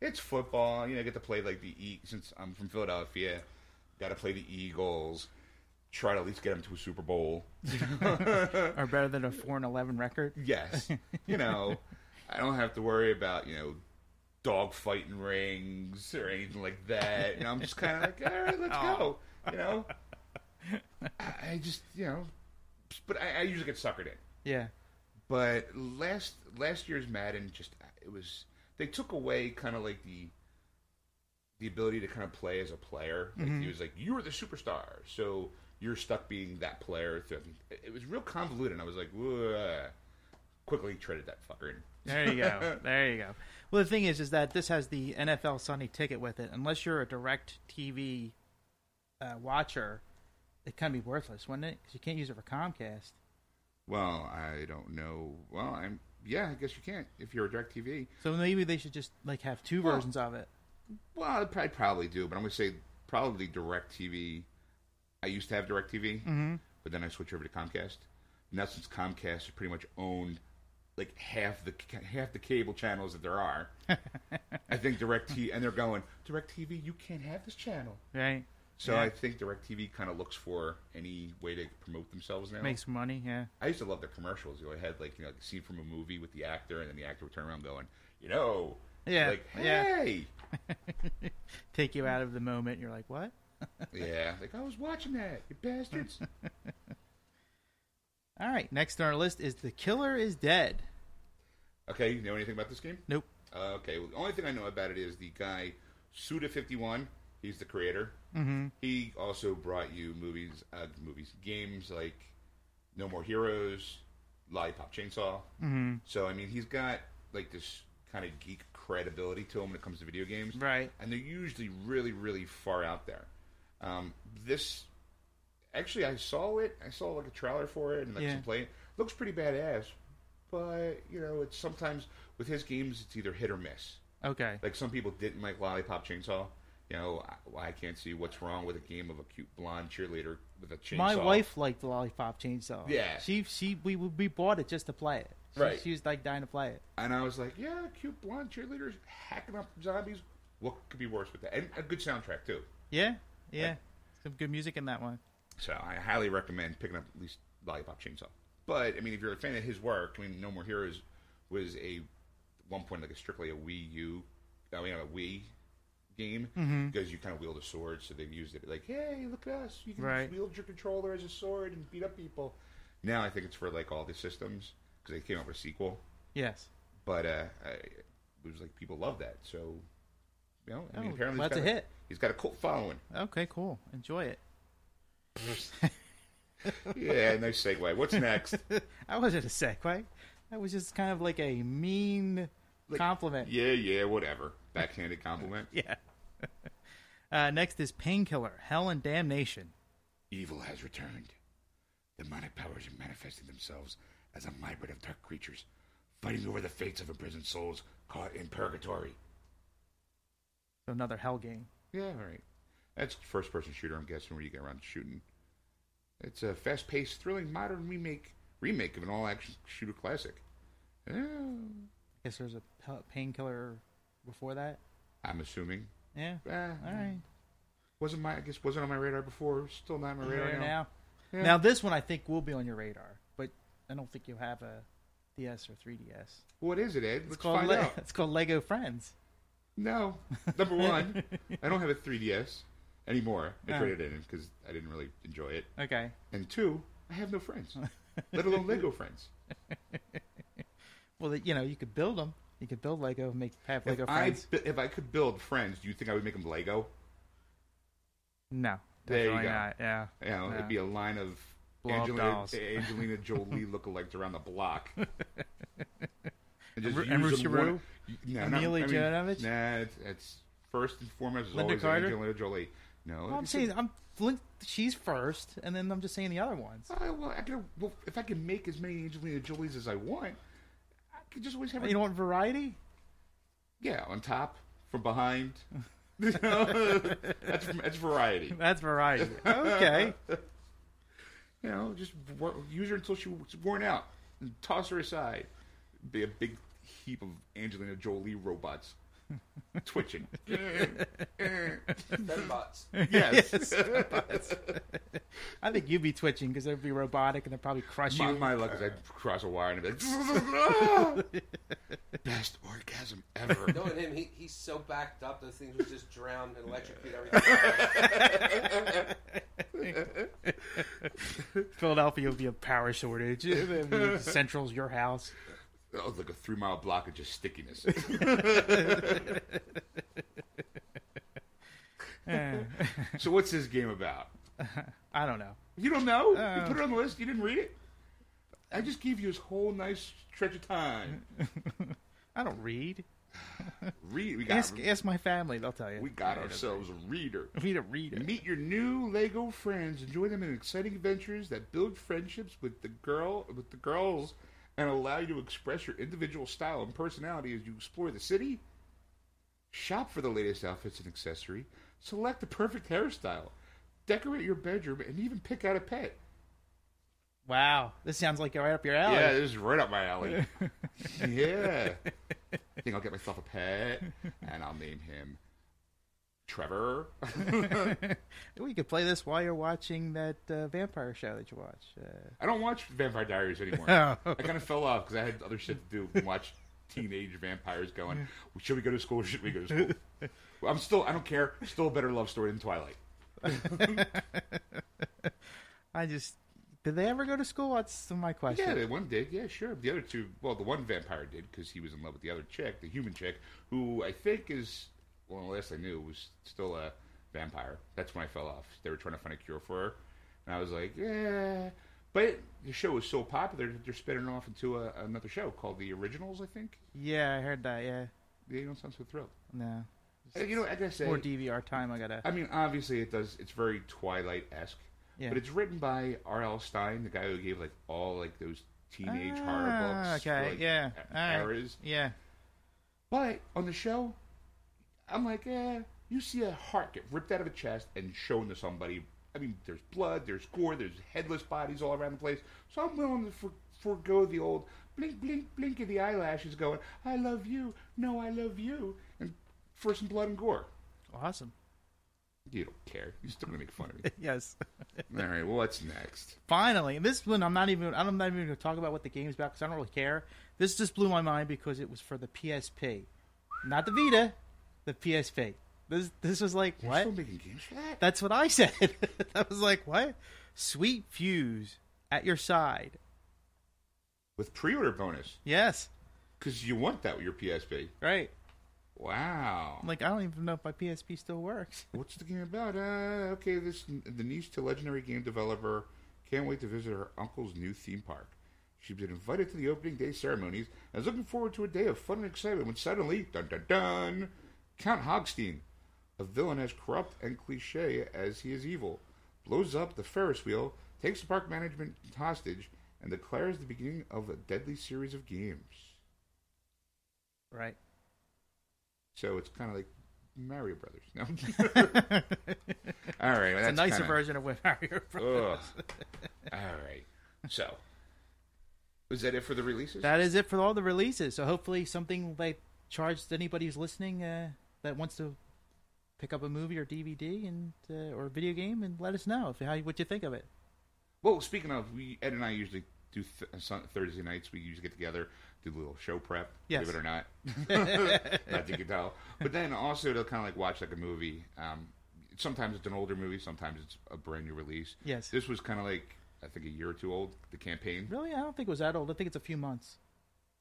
B: it's football. You know, I get to play like the E. Since I'm from Philadelphia, got to play the Eagles. Try to at least get them to a Super Bowl.
A: are better than a four and eleven record.
B: Yes. you know, I don't have to worry about you know dog fighting rings or anything like that. And I'm just kind of like, all right, let's go. You know, I I just you know, but I, I usually get suckered in.
A: Yeah.
B: But last last year's Madden just it was they took away kind of like the the ability to kind of play as a player. Like He was like, "You are the superstar," so you're stuck being that player. So it- It was real convoluted, and I was like, "Whoa." quickly traded that fucker in.
A: There you go. There you go. Well, the thing is, is that this has the NFL Sunday ticket with it. Unless you're a direct TV uh, watcher, it can be worthless, wouldn't it? 'Cause you can't use it for Comcast.
B: Well, I don't know. Well, I'm yeah. I guess you can't if you're a Directv.
A: So maybe they should just like have two
B: Well-
A: versions of it.
B: Well, I'd probably, probably do, but I'm gonna say probably DirecTV. I used to have DirecTV,
A: Mm-hmm.
B: but then I switched over to Comcast. Now since Comcast has pretty much owned like half the half the cable channels that there are, I think DirecTV and they're going DirecTV. You can't have this channel,
A: Right?
B: so
A: Yeah.
B: I think DirecTV kind of looks for any way to promote themselves now.
A: Makes money. Yeah.
B: I used to love their commercials. You know, I had like you know, like a scene from a movie with the actor, and then the actor would turn around going, you know,
A: Yeah,
B: like
A: yeah.
B: hey,
A: Take you out of the moment. You're like, what?
B: yeah, like I was watching that, you bastards.
A: All right. Next on our list is The Killer is Dead.
B: okay, you know anything about this game?
A: Nope.
B: Uh, okay, well, the only thing I know about it is the guy Suda Fifty One. He's the creator. Mm-hmm. He also brought you movies, uh, movies, games like No More Heroes, Lollipop Chainsaw. Mm-hmm. So I mean, he's got like this kind of geek credibility to him when it comes to video games,
A: Right.
B: And they're usually really, really far out there. Um, this actually, I saw it. I saw like a trailer for it and like
A: Yeah.
B: some play. Looks pretty badass, but you know, it's sometimes with his games, it's either hit or miss.
A: Okay.
B: Like some people didn't like Lollipop Chainsaw. You know, I, I can't see what's wrong with a game of a cute blonde cheerleader with a chainsaw.
A: My wife liked the Lollipop Chainsaw.
B: Yeah.
A: She she we we bought it just to play it. She,
B: Right.
A: She was like dying to play it.
B: and I was like, yeah, cute blonde cheerleaders hacking up zombies. What could be worse with that? And a good soundtrack too.
A: Yeah. Yeah. Some good music in that one.
B: So I highly recommend picking up at least Lollipop Chainsaw. But I mean, if you're a fan of his work, I mean, No More Heroes was a at one point like a strictly a Wii U, I mean, a Wii game
A: Mm-hmm.
B: because you kind of wield a sword, so they've used it like, hey, look at us, you can
A: Right.
B: wield your controller as a sword and beat up people. Now I think it's for like all the systems because they came out with a sequel,
A: Yes.
B: but uh, I, it was like people love that, so you know, I mean,
A: Oh,
B: apparently
A: well,
B: he's
A: that's
B: got
A: a hit.
B: He's got a cult following.
A: Okay, cool. Enjoy it.
B: yeah, nice segue. What's next?
A: I wasn't a segue. That was just kind of like a mean compliment.
B: Yeah, yeah, whatever. Backhanded compliment.
A: Yeah. uh, next is Painkiller, Hell and Damnation.
B: Evil has returned. Demonic powers are manifesting themselves as a hybrid of dark creatures, fighting over the fates of imprisoned souls caught in purgatory.
A: So another Hell game.
B: Yeah, all right. That's first person shooter, I'm guessing, where you get around shooting. It's a fast paced, thrilling modern remake remake of an all action shooter classic. Oh,
A: I guess there's a pa- Painkiller before that.
B: I'm assuming.
A: Yeah.
B: Eh,
A: All right.
B: Wasn't my I guess wasn't on my radar before, still not on my radar
A: There
B: now.
A: now.
B: Yeah.
A: Now this one I think will be on your radar, but I don't think you have a DS or 3DS. It's
B: What is it, Ed? Let's
A: called
B: find
A: Le-
B: out.
A: It's called Lego Friends.
B: No. Number one, I don't have a 3DS anymore. I
A: Oh.
B: traded it in because I didn't really enjoy it.
A: Okay.
B: And two, I have no friends, let alone Lego friends.
A: Well, you know, you could build them. You could build Lego, and make have Lego
B: if, I,
A: friends.
B: bu- if I could build friends, do you think I would make them Lego?
A: No,
B: There you
A: definitely
B: go.
A: not. Yeah,
B: You know,
A: No.
B: it'd be a line of
A: Ah. Blow up
B: Angelina,
A: dolls.
B: Angelina Jolie lookalikes around the block. And just
A: Ru- and
B: use
A: Rougeau?
B: them one- No, not-
A: Mila
B: I mean,
A: Jovovich?
B: Nah, it's, it's first and foremost is
A: Linda
B: always
A: Carter?
B: Angelina Jolie. No,
A: Well, I'm
B: it's a-
A: saying I'm Flint. She's first, and then I'm just saying the other ones.
B: Uh, well, I could, well, if I can make as many Angelina Jolies as I want, I could just always have her,
A: You don't want variety?
B: yeah, on top, from behind. You know? that's, that's variety.
A: That's variety. Okay.
B: You know, just wor- use her until she's worn out. And toss her aside. Be a big heap of Angelina Jolie robots twitching. yes.
A: I think you'd be twitching because it'd be robotic, and they'd probably crush
B: My,
A: you.
B: my luck is I'd cross a wire and I'd be like, best orgasm ever.
F: Knowing him, he, he's so backed up, those things would just drown and electrocute everything.
A: Philadelphia will be a power shortage. I mean, Central's your house.
B: That was like a three mile block of just stickiness. so what's this game about?
A: I don't know.
B: You don't know? you put it on the list. You didn't read it. I just gave you this whole nice stretch of time.
A: I don't read.
B: Read. We got.
A: Ask, ask my family; they'll tell you.
B: we got ourselves a reader.
A: We need a reader.
B: Meet your new Lego friends. Enjoy them in exciting adventures that build friendships with the girl with the girls and allow you to express your individual style and personality as you explore the city. Shop for the latest outfits and accessory. Select the perfect hairstyle. Decorate your bedroom and even pick out a pet.
A: Wow, this sounds like right up your alley.
B: Yeah, this is right up my alley. yeah. I think I'll get myself a pet and I'll name him Trevor.
A: We could play this while you're watching that uh, vampire show that you watch. Uh,
B: I don't watch Vampire Diaries anymore.
A: Oh.
B: I kind of fell off because I had other shit to do. than Watch teenage vampires going. "Well, Should we go to school? or Should we go to school? Well, I'm still. I don't care. Still a better love story than Twilight.
A: I just did they ever go to school? That's my
B: Yeah,
A: question.
B: the one did. Yeah, sure. The other two. Well, the one vampire did because he was in love with the other chick, the human chick, who I think is. Well, unless I knew, was still a vampire. That's when I fell off. They were trying to find a cure for her, and I was like, yeah. But the show was so popular that they're spinning off into a, another show called The Originals. I think.
A: Yeah, I heard that. Yeah,
B: Yeah, you don't sound so thrilled.
A: no,
B: Uh, You know, I gotta say,
A: more DVR time. I gotta.
B: I mean, obviously it does. It's very Twilight esque,
A: Yeah.
B: but it's written by R.L. Stein, the guy who gave like all like those teenage horror
A: Ah,
B: books.
A: okay,
B: like,
A: yeah,
B: e-
A: all right.
B: eras.
A: Yeah,
B: But on the show, I'm like, eh. You see a heart get ripped out of a chest and shown to somebody. I mean, there's blood, there's gore, there's headless bodies all around the place. So I'm willing to for- forego the old blink, blink, blink of the eyelashes, going, "I love you, no, I love you," and for some blood and gore.
A: awesome.
B: You don't care. You're still gonna make fun of me.
A: Yes.
B: All right, well, what's next?
A: finally, and this one I'm not even I'm not even going to talk about what the game's about because I don't really care. This just blew my mind because it was for the PSP, not the Vita, the PSP. This this was like
B: They're
A: what?
B: Still making games for that?
A: That's what I said. I was like, what? Sweet fuse at your side.
B: With pre-order bonus,
A: Yes,
B: because you want that with your PSP.
A: right.
B: Wow.
A: I'm like I don't even know if my PSP still works.
B: What's the game about? Uh, okay, this the niece to legendary game developer can't wait to visit her uncle's new theme park. She's been invited to the opening day ceremonies and is looking forward to a day of fun and excitement when suddenly, dun dun dun, Count Hogstein, a villain as corrupt and cliche as he is evil, blows up the Ferris wheel, takes the park management hostage, and declares the beginning of a deadly series of games.
A: Right.
B: So it's kind of like Mario Brothers. No. All right. Well,
A: It's a
B: that's
A: nicer
B: kinda-
A: version of Web Mario Bros.
B: Ugh. All right. So, was that it for the releases?
A: That is it for all the releases. So hopefully something like charged anybody who's listening uh, that wants to pick up a movie or DVD and uh, or video game and let us know if how you- what you think of it.
B: well, speaking of, we Ed and I usually do th- uh, Sun- Thursday nights. We usually get together, do a little show prep.
A: Yes.
B: Believe it or not, not you can tell. But then also to kind of like watch like a movie. Um, sometimes it's an older movie. Sometimes it's a brand new release.
A: Yes.
B: This was kind of like I think a year or two old. The campaign.
A: Really, I don't think it was that old. I think it's a few months.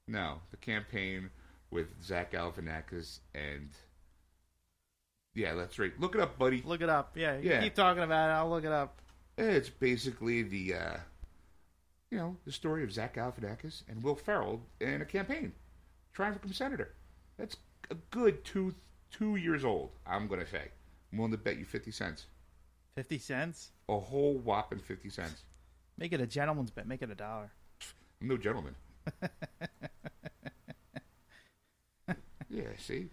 B: No, the campaign with Zach Galifianakis and yeah, that's right. Look it up, buddy.
A: Look it up. Yeah, you
B: Yeah.
A: keep talking about it. I'll look it up.
B: It's basically the uh, you know the story of Zach Galifianakis and Will Ferrell in a campaign trying to become senator. That's a good two two years old. I'm gonna say. I'm willing to bet you fifty cents,
A: Fifty cents.
B: a whole whopping fifty cents.
A: Make it a gentleman's bet. Make it a dollar.
B: I'm no gentleman. yeah, see,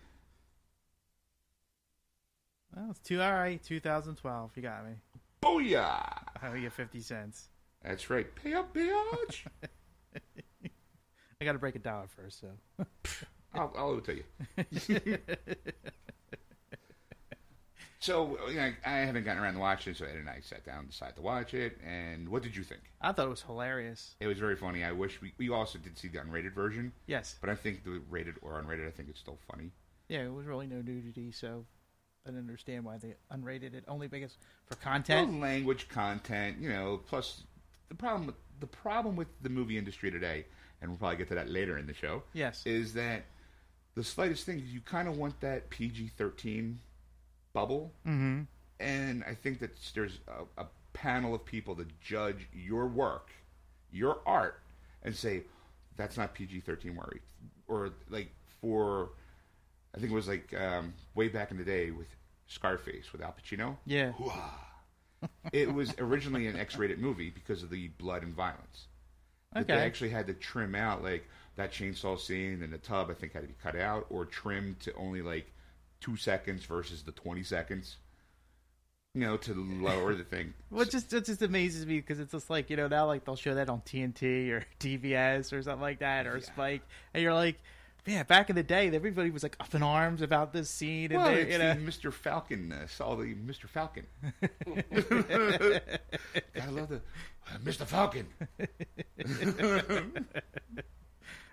A: Well, it's two. All right, 2012. You got me.
B: booyah!
A: I owe you fifty cents.
B: That's right. Pay up, bitch.
A: I got to break a dollar first. So
B: I'll, I'll tell you. so you know, I haven't gotten around to watching it, so Ed and I sat down and decided to watch it. And what did you think?
A: I thought it was hilarious.
B: It was very funny. I wish we, we also did see the unrated version,
A: Yes.
B: but I think the rated or unrated, I think it's still funny.
A: Yeah, it was really no nudity. So I didn't understand why they unrated it only because for content.
B: Well, language content, you know. Plus, the problem with the problem with the movie industry today, and we'll probably get to that later in the show.
A: Yes.
B: is that the slightest thing you kind of want that PG thirteen bubble, mm-hmm. and I think that there's a, a panel of people that judge your work, your art, and say that's not PG thirteen worthy, or like for. I think it was like um, way back in the day with Scarface with Al Pacino
A: yeah.
B: it was originally an X-rated movie because of the blood and violence. That They
A: Okay.
B: actually had to trim out like that chainsaw scene and the tub. I think had to be cut out or trimmed to only like two seconds versus the twenty seconds. You know, to lower the thing.
A: Well, it just it just amazes me because it's just like you know now like they'll show that on TNT or TBS or something like that or Spike, and you're like, man, back in the day, everybody was like up in arms about this scene, and
B: Well,
A: they,
B: it's
A: you know,
B: the Mr. Falcon. Uh, saw the Mr. Falcon. I love the uh, Mr. Falcon.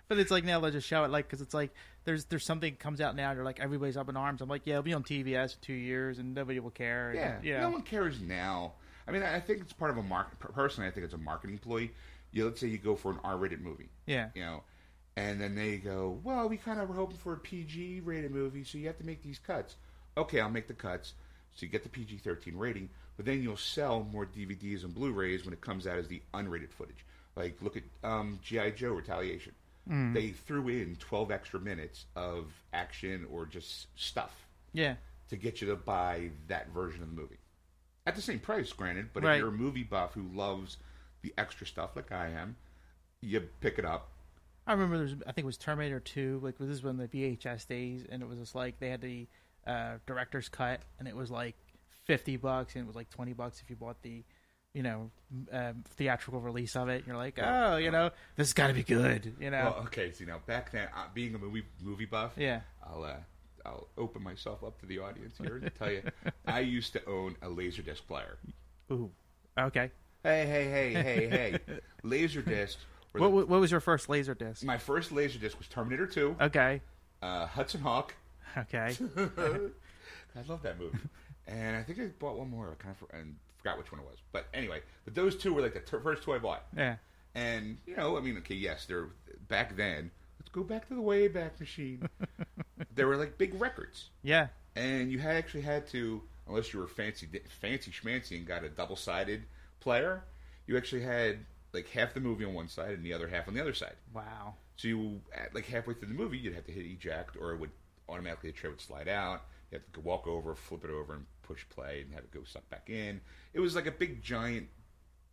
A: but it's like now they'll just show it like because it's like there's there's something comes out now, and you're like everybody's up in arms. I'm like, yeah, it'll be on TBS in two years, and nobody will care.
B: Yeah,
A: and, you know.
B: no one cares now. I mean, I I think it's part of a market. Personally, I think it's a marketing ploy. You let's say you go for an R-rated movie,
A: yeah.
B: you know, and then they go, "Well, we kind of were hoping for a PG-rated movie, so you have to make these cuts." Okay, I'll make the cuts. So you get the PG-13 rating, but then you'll sell more DVDs and Blu-rays when it comes out as the unrated footage. Like, look at um, GI Joe Retaliation. They threw in 12 extra minutes of action or just stuff
A: yeah.
B: to get you to buy that version of the movie. At the same price, granted, but
A: Right.
B: if you're a movie buff who loves the extra stuff like I am, you pick it up.
A: I remember there's I think it was Terminator Two, like this is when the VHS days, and it was just like they had the uh, director's cut, and it was like fifty bucks, and it was like twenty bucks if you bought the, you know, m- um, theatrical release of it. And you're like, oh, you know, this has got to be good, you know.
B: Well, okay, so you know, back then, uh, being a movie movie buff,
A: Yeah.
B: I'll uh, I'll open myself up to the audience here and tell you, I used to own a laserdisc player.
A: Ooh, okay.
B: Hey, hey, hey, hey, hey, laserdisc. were
A: What
B: the-
A: wa- what was your first laser disc?
B: my first laserdisc was Terminator Two,
A: Okay,
B: uh, Hudson Hawk.
A: okay.
B: I love that movie. and I think I bought one more. I kind of for, and forgot which one it was. But anyway, but those two were like the ter- first two I bought.
A: Yeah,
B: And you know, I mean, okay, yes, they're back then. Let's go back to the Wayback Machine. they were like big records,
A: yeah,
B: and you had actually had to, unless you were fancy, fancy schmancy and got a double-sided player, you actually had like half the movie on one side and the other half on the other side.
A: wow.
B: So you at, like halfway through the movie, you'd have to hit eject, or it would automatically the tray would slide out. You have to go walk over, flip it over, and push play, and have it go suck back in. It was like a big giant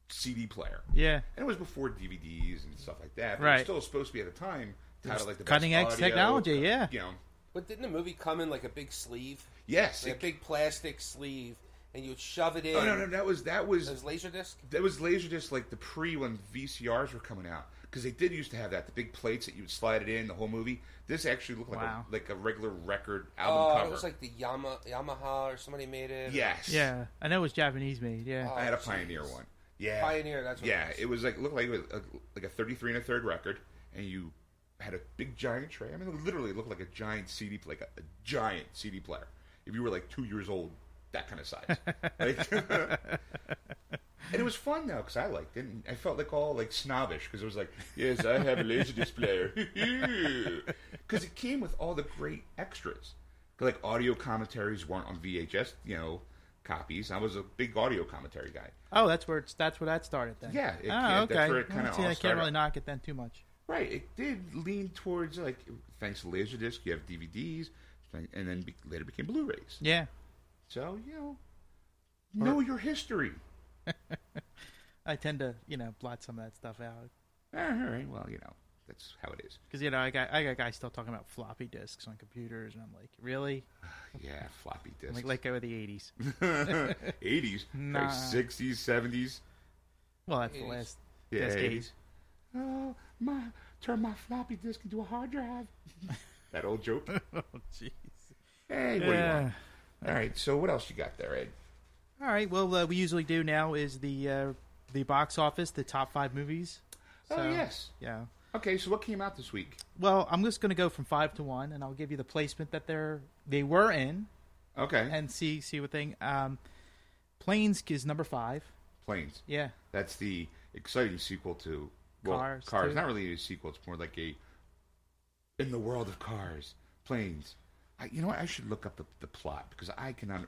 B: CD player,
A: Yeah,
B: and it was before DVDs and stuff like that. But It
A: Right.
B: was still supposed to be at the time touted like the
A: cutting edge
B: best audio,
A: technology,
B: cut-
A: yeah.
B: You know,
F: But didn't the movie come in like a big sleeve,
B: yes.
F: like um, a
B: It,
F: big plastic sleeve, and you'd shove it in?
B: oh no, no, that was that
F: It
B: was
F: was Laserdisc.
B: that was Laserdisc like the pre when VCRs were coming out because they did used to have that the big plates that you would slide it in the whole movie. This actually looked like
A: Wow.
B: a, like a regular record
F: Oh,
B: album cover.
F: it was like the Yama, Yamaha or somebody made it.
B: Yes.
A: yeah. I know it was Japanese made. Yeah,
F: Oh,
B: I had a
F: jeez.
B: Pioneer one. Yeah.
F: Pioneer, that's what
B: yeah.
F: it was.
B: It was like looked like it was a, like a thirty-three and a third record, and you had a big giant tray. I mean, it literally looked like a giant CD, like a, a giant CD player. If you were like two years old, that kind of size. Like- and it was fun though because I liked it. And I felt like all like snobbish because it was like, yes, I have a laserdisc player because it came with all the great extras. Like audio commentaries weren't on VHS, you know, copies. I was a big audio commentary guy.
A: Oh, that's where it's that's where that started then.
B: Yeah, it-
A: oh,
B: yeah, that's
A: okay.
B: where it kinda
A: See,
B: all
A: I can't
B: started.
A: really knock it then too much.
B: Right. It did lean towards like thanks to Laserdisc, you have DVDs, and then be- later became Blu-rays.
A: Yeah.
B: So you know, know your history.
A: I tend to, you know, blot some of that stuff out
B: Eh, All right. Well, you know, that's how it is.
A: because you know I got I got guys still talking about floppy disks on computers, and I'm like, really?
B: Yeah, floppy
A: I'm
B: disks.
A: like, let go of the '80s.
B: eighties,
A: Nah.
B: sixties, seventies.
A: Well, that's the
F: 80s.
A: last
B: Yeah,
A: disc
B: 80s.
A: age.
B: Oh my! Turn my floppy disk into a hard drive. that old joke.
A: Oh, jeez.
B: Hey, what do you
A: Yeah.
B: want? All right. So what else you got there, Ed?
A: All right. Well, uh, we usually do now is the uh, the box office, the top five movies.
B: oh
A: So,
B: yes.
A: Yeah.
B: Okay. So what came out this week?
A: Well, I'm just going to go from five to one, and I'll give you the placement that they're they were in,
B: Okay.
A: and see see what thing. Um, Planes is number five.
B: Planes.
A: Yeah,
B: That's the exciting sequel to well,
A: Cars,
B: Cars.
A: too.
B: Not really a sequel. It's more like a in the world of Cars, planes. I, you know what? I should look up the, the plot because I cannot.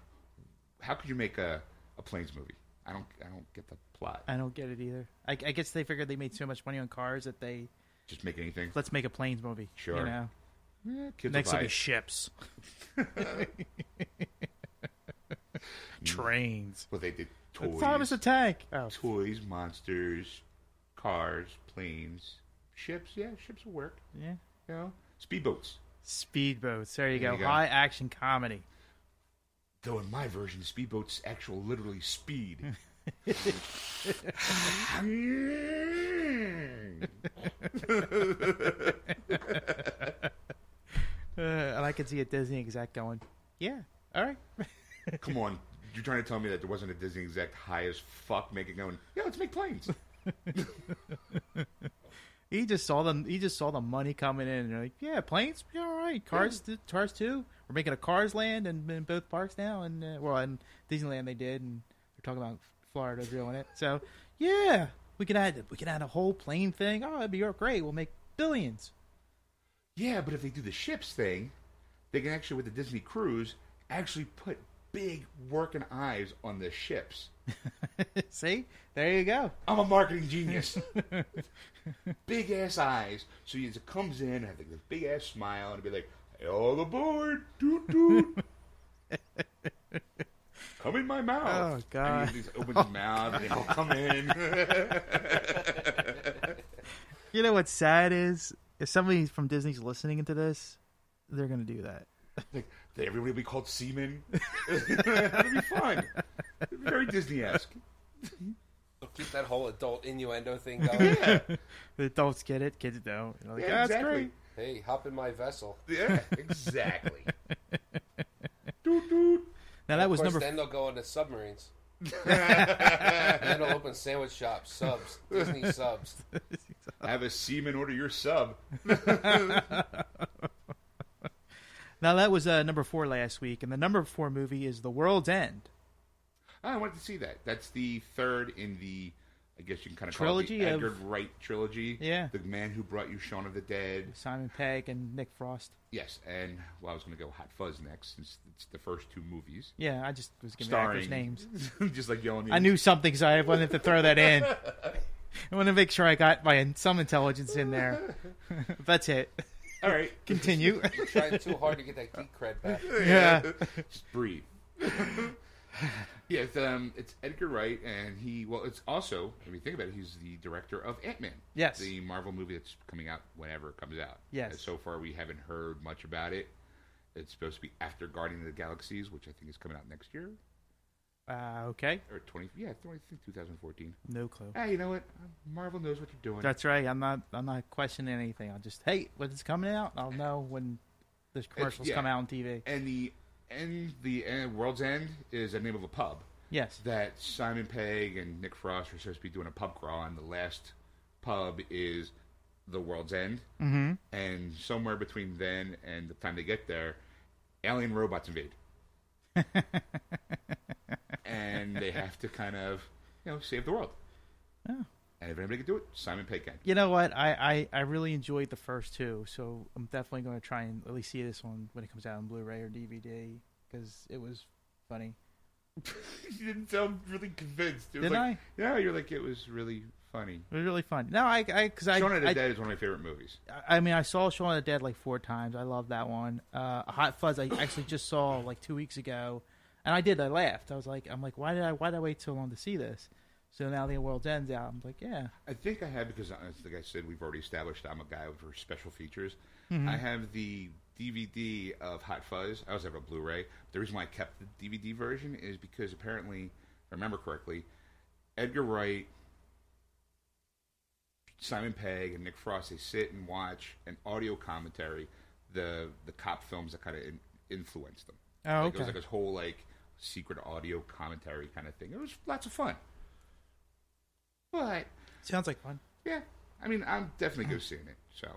B: How could you make a, a planes movie? I don't. I don't get the plot.
A: I don't get it either. I, I guess they figured they made so much money on cars that they
B: Just make anything.
A: let's make a planes movie. You
B: Sure.
A: know,
B: Eh, kids
G: Next
B: will
G: will
B: buy
G: be
B: it.
G: ships, trains.
B: well, they did toys,
A: Thomas Attack. Oh,
B: toys, monsters, cars, planes, ships. Yeah, ships will work.
A: yeah.
B: You know, speedboats.
A: Speedboats. There you
B: There
A: go.
B: you go.
A: High action comedy.
B: Though in my version, speedboats actual literally speed.
A: Uh, and I could see a Disney exec going, "Yeah, all right."
B: Come on, you're trying to tell me that there wasn't a Disney exec high as fuck making going, yeah, let's make planes.
A: He just saw them. He just saw the money coming in, and they're like, "Yeah, planes, yeah, all right. Cars, th- cars too. We're making a Cars Land in, in both parks now, and uh, well, in Disneyland they did, and they're talking about Florida doing it. So, yeah, we could add we could add a whole plane thing. Oh, that'd be great. We'll make billions.
B: yeah, but if they do the ships thing, they can actually with the Disney cruise actually put big working eyes on the ships.
A: See, there you go.
B: I'm a marketing genius. big ass eyes. So he just comes in and have like this big ass smile and be like, "Hey, all aboard, doot doot. come in my mouth.
A: Oh, God.
B: And he just opens his mouth and he'll come in.
A: You know what's sad is if somebody from Disney's listening into this, they're gonna do that.
B: like, that everybody will be called seaman. It'll be fun. It'll be very Disney-esque.
F: Keep that whole adult innuendo thing going.
A: The adults get it, kids don't. And they're like,
B: Yeah,
A: "Oh, that's
B: exactly.
A: great.
F: hey, hop in my vessel.
B: Yeah, exactly. doot doot.
A: Now that
F: Of
A: was
F: course,
A: number
F: then they'll go into submarines. then they'll open sandwich shops, subs, Disney subs.
B: Have a seaman order your sub.
A: Now that was uh, number four last week, and the number four movie is The World's End
B: Ah, I wanted to see that. That's the third in the, I guess you can kind of call it the
A: Trilogy of-
B: Edgar Wright trilogy.
A: Yeah.
B: The Man Who Brought You Shaun of the Dead.
A: Simon Pegg and Nick Frost.
B: Yes, and well, I was going to go Hot Fuzz next since it's the first two movies.
A: Yeah, I just was giving
B: Starring
A: actors names.
B: just like yelling.
A: I knew something, so I wanted to throw that in. I want to make sure I got my some intelligence in there. That's it.
B: All right,
A: Continue.
F: Trying too hard to get that geek cred back.
A: yeah.
B: just breathe. yeah, it's, um, it's Edgar Wright, and he well, it's also I mean, think about it. He's the director of Ant Man.
A: Yes.
B: the Marvel movie that's coming out whenever it comes out.
A: Yes.
B: And so far, we haven't heard much about it. It's supposed to be after Guardian of the Galaxies, which I think is coming out next year
A: Uh, okay.
B: or twenty. Yeah, 20, I think 2014.
A: No clue.
B: Hey, you know what? Marvel knows what you're doing.
A: That's right. I'm not. I'm not questioning anything. I'll just hey, when it's coming out, I'll know when the commercials
B: yeah.
A: come out on TV.
B: and the end, the end, World's End is the name of a pub.
A: Yes.
B: that Simon Pegg and Nick Frost are supposed to be doing a pub crawl, and the last pub is the World's End. Mm-hmm. And somewhere between then and the time they get there, alien robots invade, and they have to kind of, you know, save the world.
A: Oh.
B: And if anybody can do it, Simon Pegg can.
A: You know what? I, I, I really enjoyed the first two, so I'm definitely going to try and at least see this one when it comes out on Blu-ray or DVD because it was funny.
B: you didn't sound really convinced. It was
A: Didn't I?
B: like, Yeah, you're like it was really funny.
A: It was really fun. No, I I because I,
B: Shaun of the
A: I,
B: Dead is one of my favorite movies.
A: I mean I saw Shaun of the Dead like four times. I love that one. Uh, Hot Fuzz I actually just saw like two weeks ago, and I did. I laughed. I was like, I'm like, why did I why did I wait so long to see this? So now the world ends out. I'm like, yeah,
B: I think I have because, uh, like I said, we've already established I'm a guy for special features.
A: Mm-hmm.
B: I have the DVD of Hot Fuzz. I also have a Blu-ray. The reason why I kept the DVD version is because apparently, if I remember correctly, Edgar Wright, Simon Pegg, and Nick Frost they sit and watch an audio commentary the the cop films that kind of in, influenced them.
A: Oh,
B: Like, It was
A: okay.
B: like this whole like secret audio commentary kind of thing. It was lots of fun, but.
A: sounds like fun.
B: Yeah, I mean, I'm definitely go seeing it. So,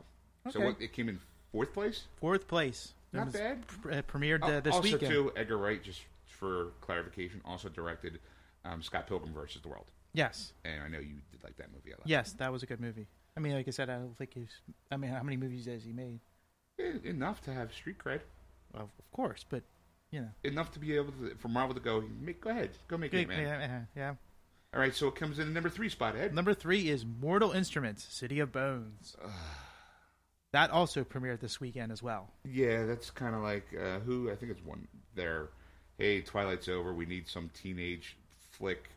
B: so
A: Okay.
B: what? It came in fourth place.
A: Fourth place. It
B: Not
A: was
B: bad.
A: pr- uh, premiered
B: Al-
A: uh, this
B: also,
A: weekend.
B: too, Edgar Wright, just for clarification, also directed um, Scott Pilgrim versus the World,
A: Yes,
B: and I know you did like that movie a lot.
A: yes, that was a good movie. I mean, like I said, I don't think he's. I mean, how many movies has he made?
B: Eh, Enough to have street cred.
A: Well, of course, but you know,
B: Enough to be able to for Marvel to go. Make, go ahead, go make it,
A: good,
B: man.
A: yeah, yeah, yeah.
B: All right, so it comes in at number three spot. Ed,
A: Number three is Mortal Instruments: City of Bones. that also premiered this weekend as well.
B: Yeah, that's kind of like uh, who I think it's one there. Hey, Twilight's over. We need some teenage flick.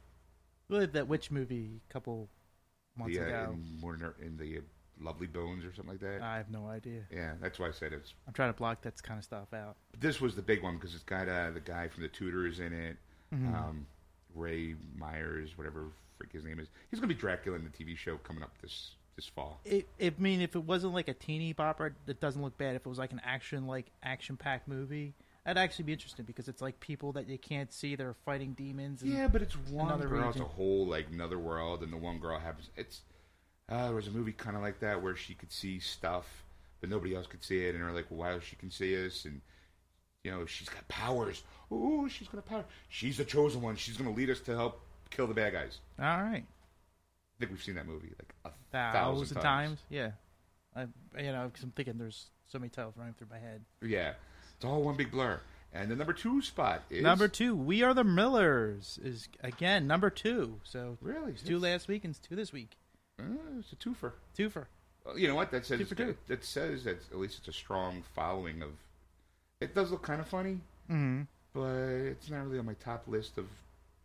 A: Really, that witch movie a couple months
B: The, uh,
A: ago.
B: in, Warner- in the uh, Lovely Bones or something like that.
A: I have no idea.
B: yeah, that's why I said it's.
A: I'm trying to block that kind of stuff out.
B: This was the big one because it's got uh, the guy from the Tudors in it. Um, Ray Myers, whatever freak his name is. He's gonna be Dracula in the TV show coming up this this fall.
A: It, it I mean, if it wasn't like a teeny bopper, it doesn't look bad. If it was like an action, like action-packed movie, that'd actually be interesting because it's like people that you can't see. They're fighting demons. And
B: Yeah, but it's one
A: Another
B: girl. It's a
A: region.
B: whole like another world, and the one girl happens. It's uh, there was a movie kind of like that where she could see stuff, but nobody else could see it, and they're like, well, "Why she can see us?" And you know, she's got powers. Ooh, she's gonna power. She's the chosen one. She's gonna lead us to help kill the bad guys.
A: All right.
B: I think we've seen that movie like a
A: Thousand,
B: thousand, times.
A: Yeah. I, you know, because I'm thinking there's so many titles running through my head.
B: Yeah, it's all one big blur. And the number two spot is
A: Number two, We Are the Millers is again number two. So
B: Really?
A: it's two last week and it's two this week.
B: Uh, it's a twofer.
A: Two for
B: Well, you know what that says?
A: Two for two.
B: That says that at least it's a strong following of. It does look kind of funny,
A: Mm-hmm.
B: but it's not really on my top list of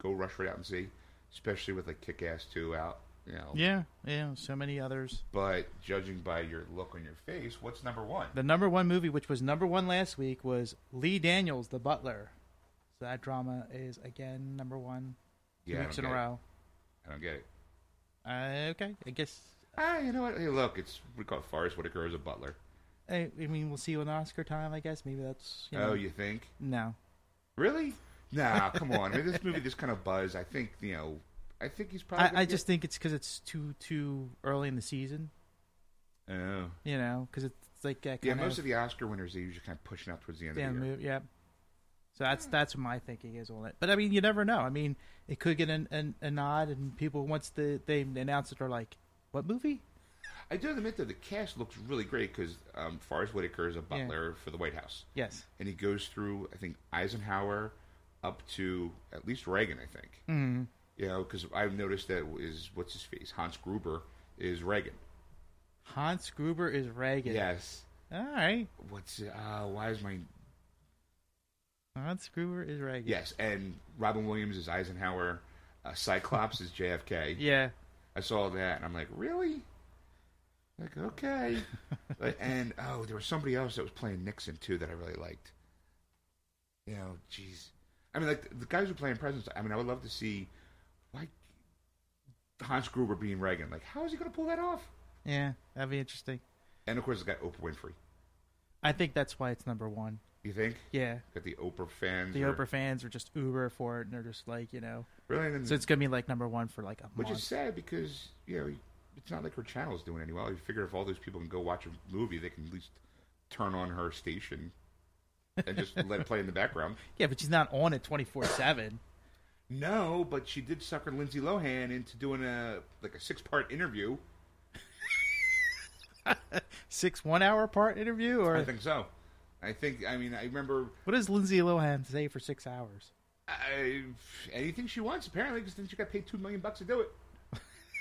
B: go rush right out and see, especially with like Kick Ass Two out. You know.
A: Yeah, yeah. So many others.
B: But judging by your look on your face, what's number one?
A: The number one movie, which was number one last week, was Lee Daniels, The Butler. So that drama is again number one two
B: I
A: weeks in
B: don't
A: a
B: get
A: row.
B: It. I don't get it.
A: Uh, okay, I guess.
B: Ah, you know what? Hey, look, it's we call it Forrest Whitaker as a butler.
A: I, I mean, we'll see you in Oscar time. I guess maybe that's. You know,
B: Oh, you think?
A: No.
B: Really? Nah, come on. I mean, this movie, this kind of buzz. I think you know. I think he's probably.
A: I,
B: gonna
A: I
B: get-
A: just think it's because it's too too early in the season.
B: Oh.
A: You know, because it's like uh, kind
B: Yeah, most
A: of
B: of the Oscar winners they usually kind of pushing out towards the end
A: damn
B: of the year.
A: move. Yeah. So that's that's what my thinking is on it. But I mean, you never know. I mean, it could get an, an, a nod, and people once the, they announce it, they're like, "What movie?"
B: I do admit though the cast looks really great because um, Forrest Whitaker is a butler for the White House,
A: Yes.
B: and he goes through I think Eisenhower up to at least Reagan. I think
A: Mm.
B: you know because I've noticed that is what's his face Hans Gruber is Reagan.
A: Hans Gruber is Reagan.
B: Yes.
A: All right.
B: What's uh, why is my
A: Hans Gruber is Reagan.
B: yes and Robin Williams is Eisenhower, uh, Cyclops is JFK.
A: Yeah.
B: I saw that and I'm like, really? Like, okay. Like, and oh, there was somebody else that was playing Nixon too that I really liked. You know, jeez. I mean, like the guys who are playing presidents. I mean, I would love to see like Hans Gruber being Reagan. Like, how is he going to pull that off?
A: Yeah. That'd be interesting.
B: And of course, it's got Oprah Winfrey.
A: I think that's why it's number one.
B: You think?
A: Yeah.
B: Got the Oprah fans.
A: The
B: or-
A: Oprah fans are just uber for it, and they're just like, you know.
B: Really? And then-
A: So it's gonna be like number one for like a
B: Mm-hmm. which
A: month.
B: is sad because you know it's not like her channel's doing any well. You figure if all those people can go watch a movie, they can at least turn on her station and just let it play in the background.
A: Yeah, but she's not on it twenty four seven.
B: No, but she did sucker Lindsay Lohan into doing a like a six part interview.
A: Six one hour part interview, or
B: I think so. I think I mean I remember
A: What does Lindsay Lohan say for six hours?
B: I, anything she wants apparently because then she got paid two million bucks to do it.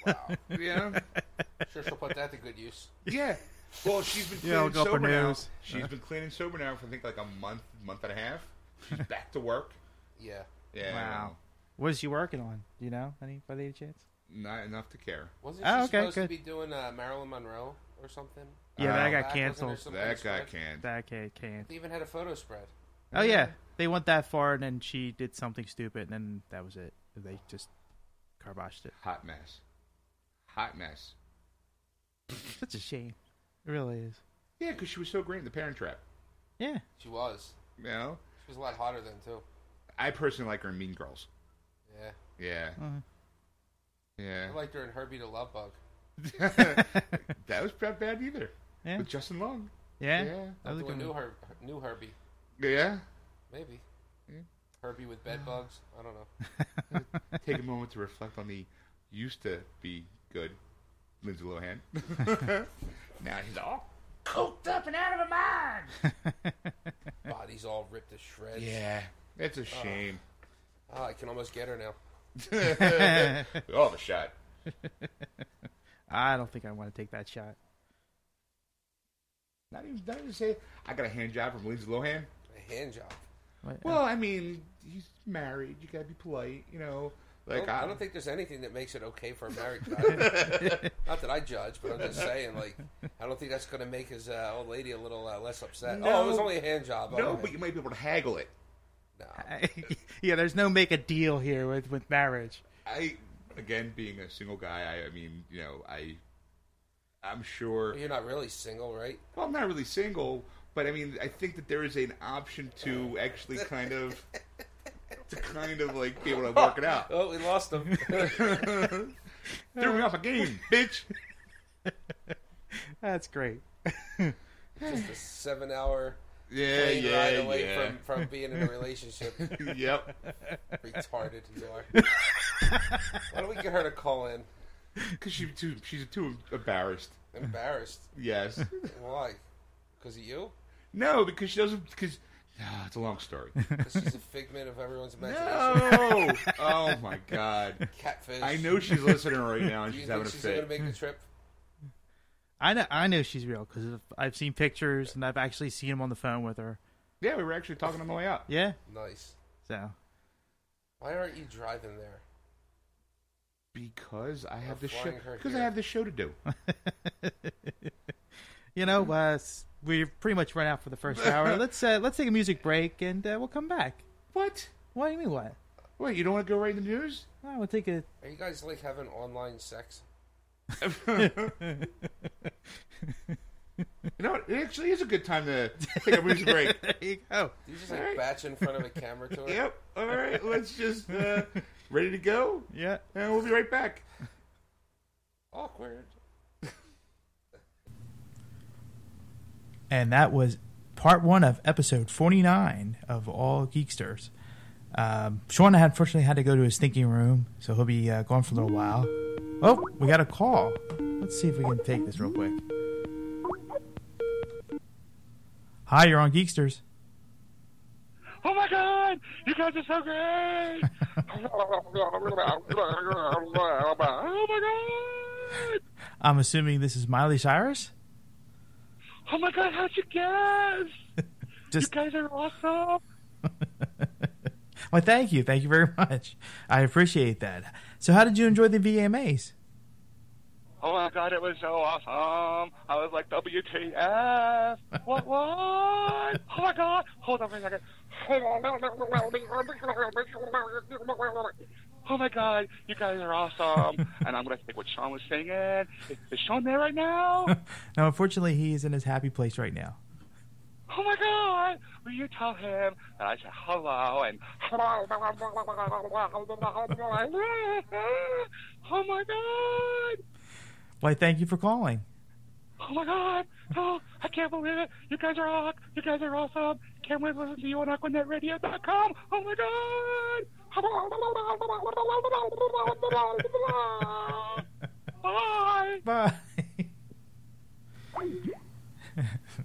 B: Wow. yeah.
F: Sure, she'll put that to good use.
B: Yeah. Well, she's been
G: Yeah,
B: cleaning
G: I'll go up her
B: sober now.
G: nose.
B: She's been cleaning sober now for I think like a month, month and a half. She's back to work.
F: Yeah.
B: Yeah.
A: Wow. What is she working on? Do you know any by any chance?
B: Not enough to care.
F: Wasn't she
A: Oh, okay,
F: supposed
A: good.
F: to be doing uh, Marilyn Monroe or something?
G: Yeah, that
B: Uh,
F: Back,
G: got
F: wasn't there
G: canceled.
F: some kind of
B: That guy
F: spread?
B: can.
G: That ca- can't.
F: They even had a photo spread.
A: Oh yeah, they went that far, and then she did something stupid, and then that was it. They just carboshed it.
B: Hot mess. Hot mess.
A: Such a shame. It really is.
B: Yeah, because she was so great in The Parent Trap.
A: Yeah.
F: She was.
B: You know,
F: She was a lot hotter then too.
B: I personally like her in Mean Girls.
F: Yeah.
B: Yeah.
G: Mm-hmm.
A: Uh,
B: Yeah.
F: I liked her in Herbie the Love Bug.
B: that was not bad either.
A: Yeah.
B: With Justin Long.
A: Yeah.
B: Yeah.
A: I
F: Do
A: look
F: a
A: at
F: new,
A: them.
F: Her- new Herbie,
B: Yeah.
F: maybe. Herbie with bed bugs. I don't know.
B: Take a moment to reflect on the used to be good Lindsay Lohan. now he's all coked up and out of her mind.
F: Body's all ripped to shreds.
B: Yeah. That's
F: Uh.
B: a shame.
F: Oh, I can almost get her now.
B: We all have a shot.
A: I don't think I want to take that shot.
B: Not even, not even say, I got a hand job from Lindsay Lohan.
F: A hand job.
A: What-
B: Well, I mean, he's married. You gotta be polite, you know. Like,
F: Oh, I, don't, I don't think there's anything that makes it okay for a married guy. Not that I judge, but I'm just saying, like, I don't think that's going to make his uh, old lady a little uh, less upset. oh, it was
B: No.
F: only a hand job.
B: No,
F: okay.
B: but you might be able to haggle it.
F: no.
A: yeah, there's no make a deal here with with marriage.
B: I, again, being a single guy, I, I mean, you know, I, I'm sure.
F: You're not really single, right?
B: Well, I'm not really single, but I mean, I think that there is an option to actually kind of, to kind of like be able to work it out.
F: Oh, we lost him.
B: Threw me off a game, bitch.
A: That's great.
F: just a seven-hour
B: Yeah,
F: plane
B: yeah,
F: ride away
B: yeah.
F: from, from being in a relationship.
B: yep.
F: Retarded you are. Why don't we get her to call in?
B: Because she too, she's too embarrassed.
F: Embarrassed.
B: Yes.
F: Why? Because of you?
B: No, because she doesn't. Because ah, it's a long story.
F: Because she's a figment of everyone's imagination.
B: No. oh my god.
F: Catfish.
B: I know she's listening right now and
F: Do you
B: she's
F: think
B: having a
F: she's going to
B: fit.
F: make the trip?
A: I know I know she's real because I've seen pictures and I've actually seen him on the phone with her.
B: Yeah, we were actually talking on the way out.
A: Yeah.
F: Nice.
A: So
F: Why aren't you driving there?
B: Because I have
F: We're
B: the show.
F: flying her
B: Because I
F: here.
B: have the show to do.
A: you know, uh, s- we've pretty much run out for the first hour. let's uh, let's take a music break and uh, we'll come back.
B: What?
A: What do you mean what?
B: Wait, you don't want to go right in the news?
A: I will take a.
F: Are you guys like having online sex?
B: You know, what? it actually is a good time to take a music break.
A: There you go.
F: Do you just like
B: Alright.
F: batch in front of a camera to her?
B: yep. All right. Let's just uh, ready to go,
A: Yeah.
B: and we'll be right back.
F: Awkward.
G: And that was part one of episode 49 of All Geeksters. Um, Sean had unfortunately had to go to his thinking room, so he'll be uh, gone for a little while. Oh, we got a call. Let's see if we can take this real quick. Hi, you're on Geeksters.
H: Oh my god! You guys are so great! oh my god!
G: I'm assuming this is Miley Cyrus.
H: Oh my god, how'd you guess? You
G: Just
H: guys are awesome!
G: well, thank you, thank you very much. I appreciate that. So, how did you enjoy the VMAs?
H: Oh my god, it was so awesome! I was like, WTF! What, what? Oh my god! Hold on for a second. Oh my god, you guys are awesome! And I'm gonna take what Sean was singing. Is- Is Sean there right now?
G: Now, unfortunately, he is in his happy place right now.
H: oh my god, will you tell him that I said hello and hello? oh my god,
G: Why, thank you for calling.
H: oh my god, oh, I can't believe it. You guys are rock, you guys are awesome. Can't wait to listen to you on AquanetRadio.com. Oh my god. Bye.
G: Bye. and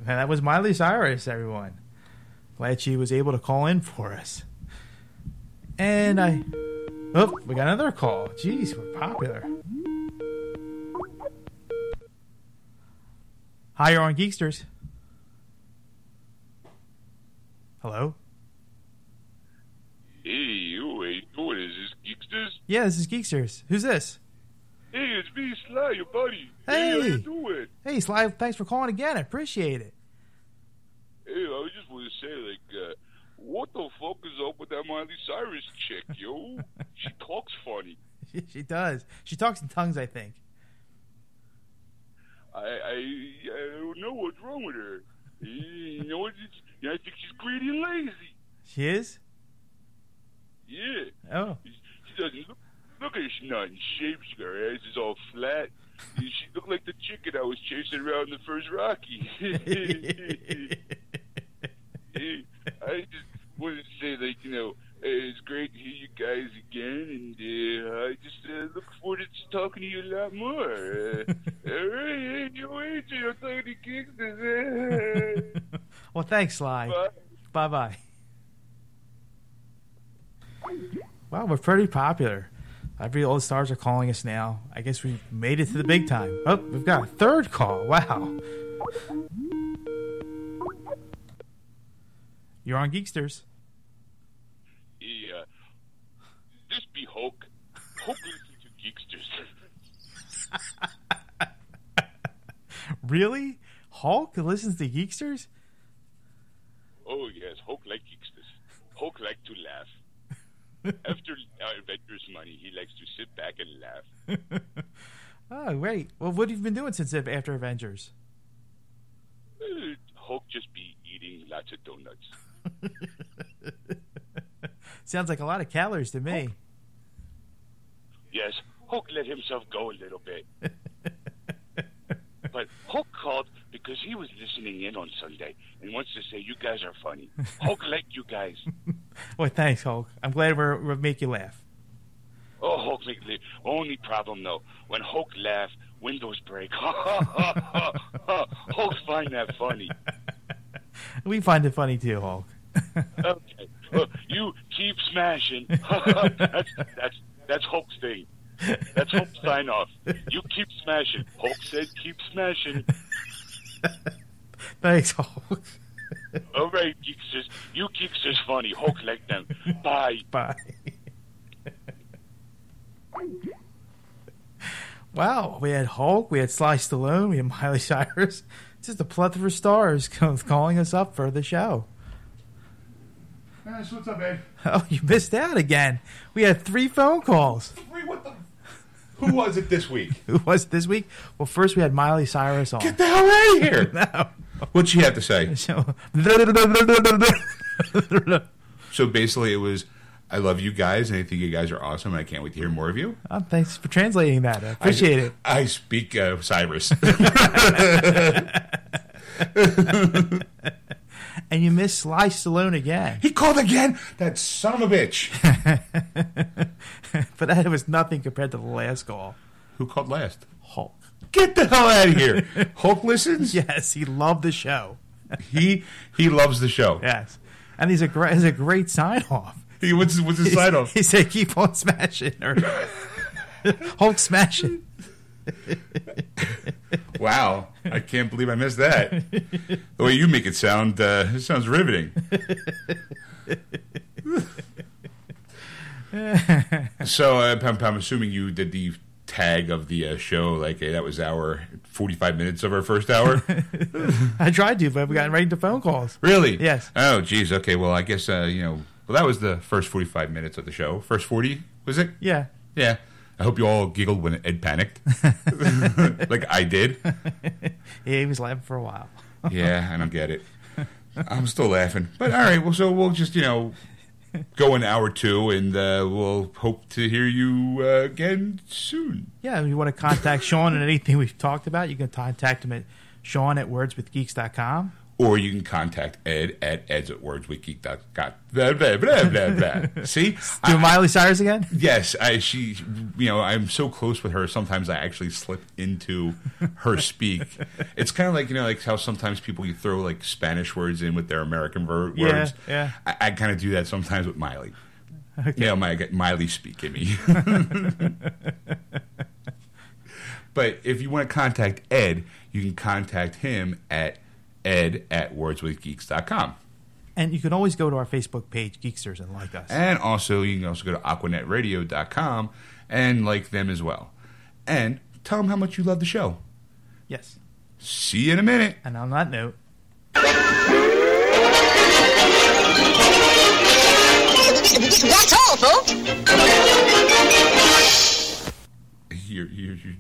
G: that was Miley Cyrus, everyone. Glad she was able to call in for us. And I. Oh, we got another call. Jeez, we're popular. Hi, you're on Geeksters. Hello?
H: Hey, yo, hey, yo, what is this, Geeksters?
G: Yeah, this is Geeksters. Who's this?
H: Hey, it's me, Sly, your buddy. how
G: Hey.
H: you doing?
G: Hey, Sly, thanks for calling again. I appreciate it.
H: Hey, I just want to say, like, uh, what the fuck is up with that Miley Cyrus chick, yo? she talks funny.
G: she does. She talks in tongues, I think.
H: I, I, I don't know what's wrong with her. You know what? It's, yeah, I think she's greedy and lazy.
G: She is?
H: Yeah,
G: Oh.
H: she doesn't look, look at her. She's not in shape. She, her ass is all flat. She looked like the chicken I was chasing around the first Rocky. I just wanted to say, like, you know, uh, it's great to hear you guys again, and uh, I just uh, look forward to talking to you a lot more. Uh, all right, enjoy it. I'll tell you the gigs.
A: well, thanks, Sly.
H: Bye.
A: Bye bye. Wow, we're pretty popular. Every all the stars are calling us now. I guess we've made it to the big time. Oh, we've got a third call. Wow. You're on Geeksters.
H: Yeah. This uh, be Hulk. Hulk listen to Geeksters.
A: Really? Hulk listens to Geeksters?
H: Oh yes, Hulk like geeksters. Hulk like to laugh. After our adventurous money, he likes to sit back and laugh.
A: Oh, great. Well, what have you been doing since after Avengers?
H: Uh, Hulk just be eating lots of donuts.
A: Sounds like a lot of calories to me.
H: Yes, Hulk let himself go a little bit. but Hulk called because he was listening in on Sunday and wants to say you guys are funny. Hulk like you guys.
A: Well, thanks, Hulk. I'm glad we're, we make you laugh.
H: Oh, Hulk like the only problem though, when Hulk laughs, windows break. Hulk find that funny.
A: We find it funny too, Hulk.
H: okay. Well, you keep smashing. that's that's that's Hulk's thing. That's Hulk's sign off. You keep smashing. Hulk said, "Keep smashing."
A: Thanks, Hulk.
H: All right, geeks is you geeks is funny. Hulk like them. Bye.
A: Bye. wow, we had Hulk, we had Sly Stallone, we had Miley Cyrus. It's just a plethora of stars calling us up for the show.
B: Yes, what's up, Ed?
A: Oh, you missed out again. We had three phone calls.
B: Three, what the? Who was it this week?
A: Who was it this week? Well, first we had Miley Cyrus on.
B: Get the hell out of here! What'd she have to say?
A: So-
B: So basically, it was, I love you guys, and I think you guys are awesome, and I can't wait to hear more of you.
A: Oh, thanks for translating that. I appreciate it.
B: I speak uh, Cyrus.
A: And you missed Sly Stallone again.
B: he called again. That son of a bitch.
A: But that was nothing compared to the last call.
B: Who called last?
A: Hulk.
B: Get the hell out of here. Hulk listens.
A: Yes, he loved the show.
B: He he loves the show.
A: Yes. And he's a great, he's a great sign off.
B: He what's his, what's his side off?
A: He said, keep on smashing. Or, Hulk smashing.
B: Wow, I can't believe I missed that. The way you make it sound, uh, it sounds riveting. so uh, I'm, I'm assuming you did the tag of the uh, show, like uh, that was our 45 minutes of our first hour.
A: I tried to, but we got right into phone calls.
B: really?
A: Yes.
B: Oh, geez. Okay. Well, I guess uh, you know. Well, that was the first 45 minutes of the show. First 40 was it?
A: Yeah.
B: Yeah. I hope you all giggled when Ed panicked, like I did.
A: yeah. He was laughing for a while.
B: Yeah, I don't get it. I'm still laughing. But all right, well, so we'll just you know go an hour two, and uh, we'll hope to hear you uh, again soon.
A: Yeah, if you want to contact Sean and anything we've talked about, you can contact him at Sean at wordswithgeeks.com.
B: Or you can contact Ed at Ed's at words with geek dot got blah blah blah blah blah. See,
A: Do
B: I-
A: Miley Cyrus again?
B: yes, I she you know I'm so close with her. Sometimes I actually slip into her speak. it's kind of like you know like how sometimes people you throw like Spanish words in with their American ver-
A: Yeah,
B: words.
A: yeah.
B: I, I kind of do that sometimes with Miley. Yeah, my Miley speak in me. but if you want to contact Ed, you can contact him at ed at wordswithgeeks.com.
A: And you can always go to our Facebook page, Geeksters, and like us.
B: And also, you can also go to aquanetradio.com and like them as well. And tell them how much you love the show.
A: Yes.
B: See you in a minute.
A: And on that note,
I: That's all, folks.
B: You're, you're, you're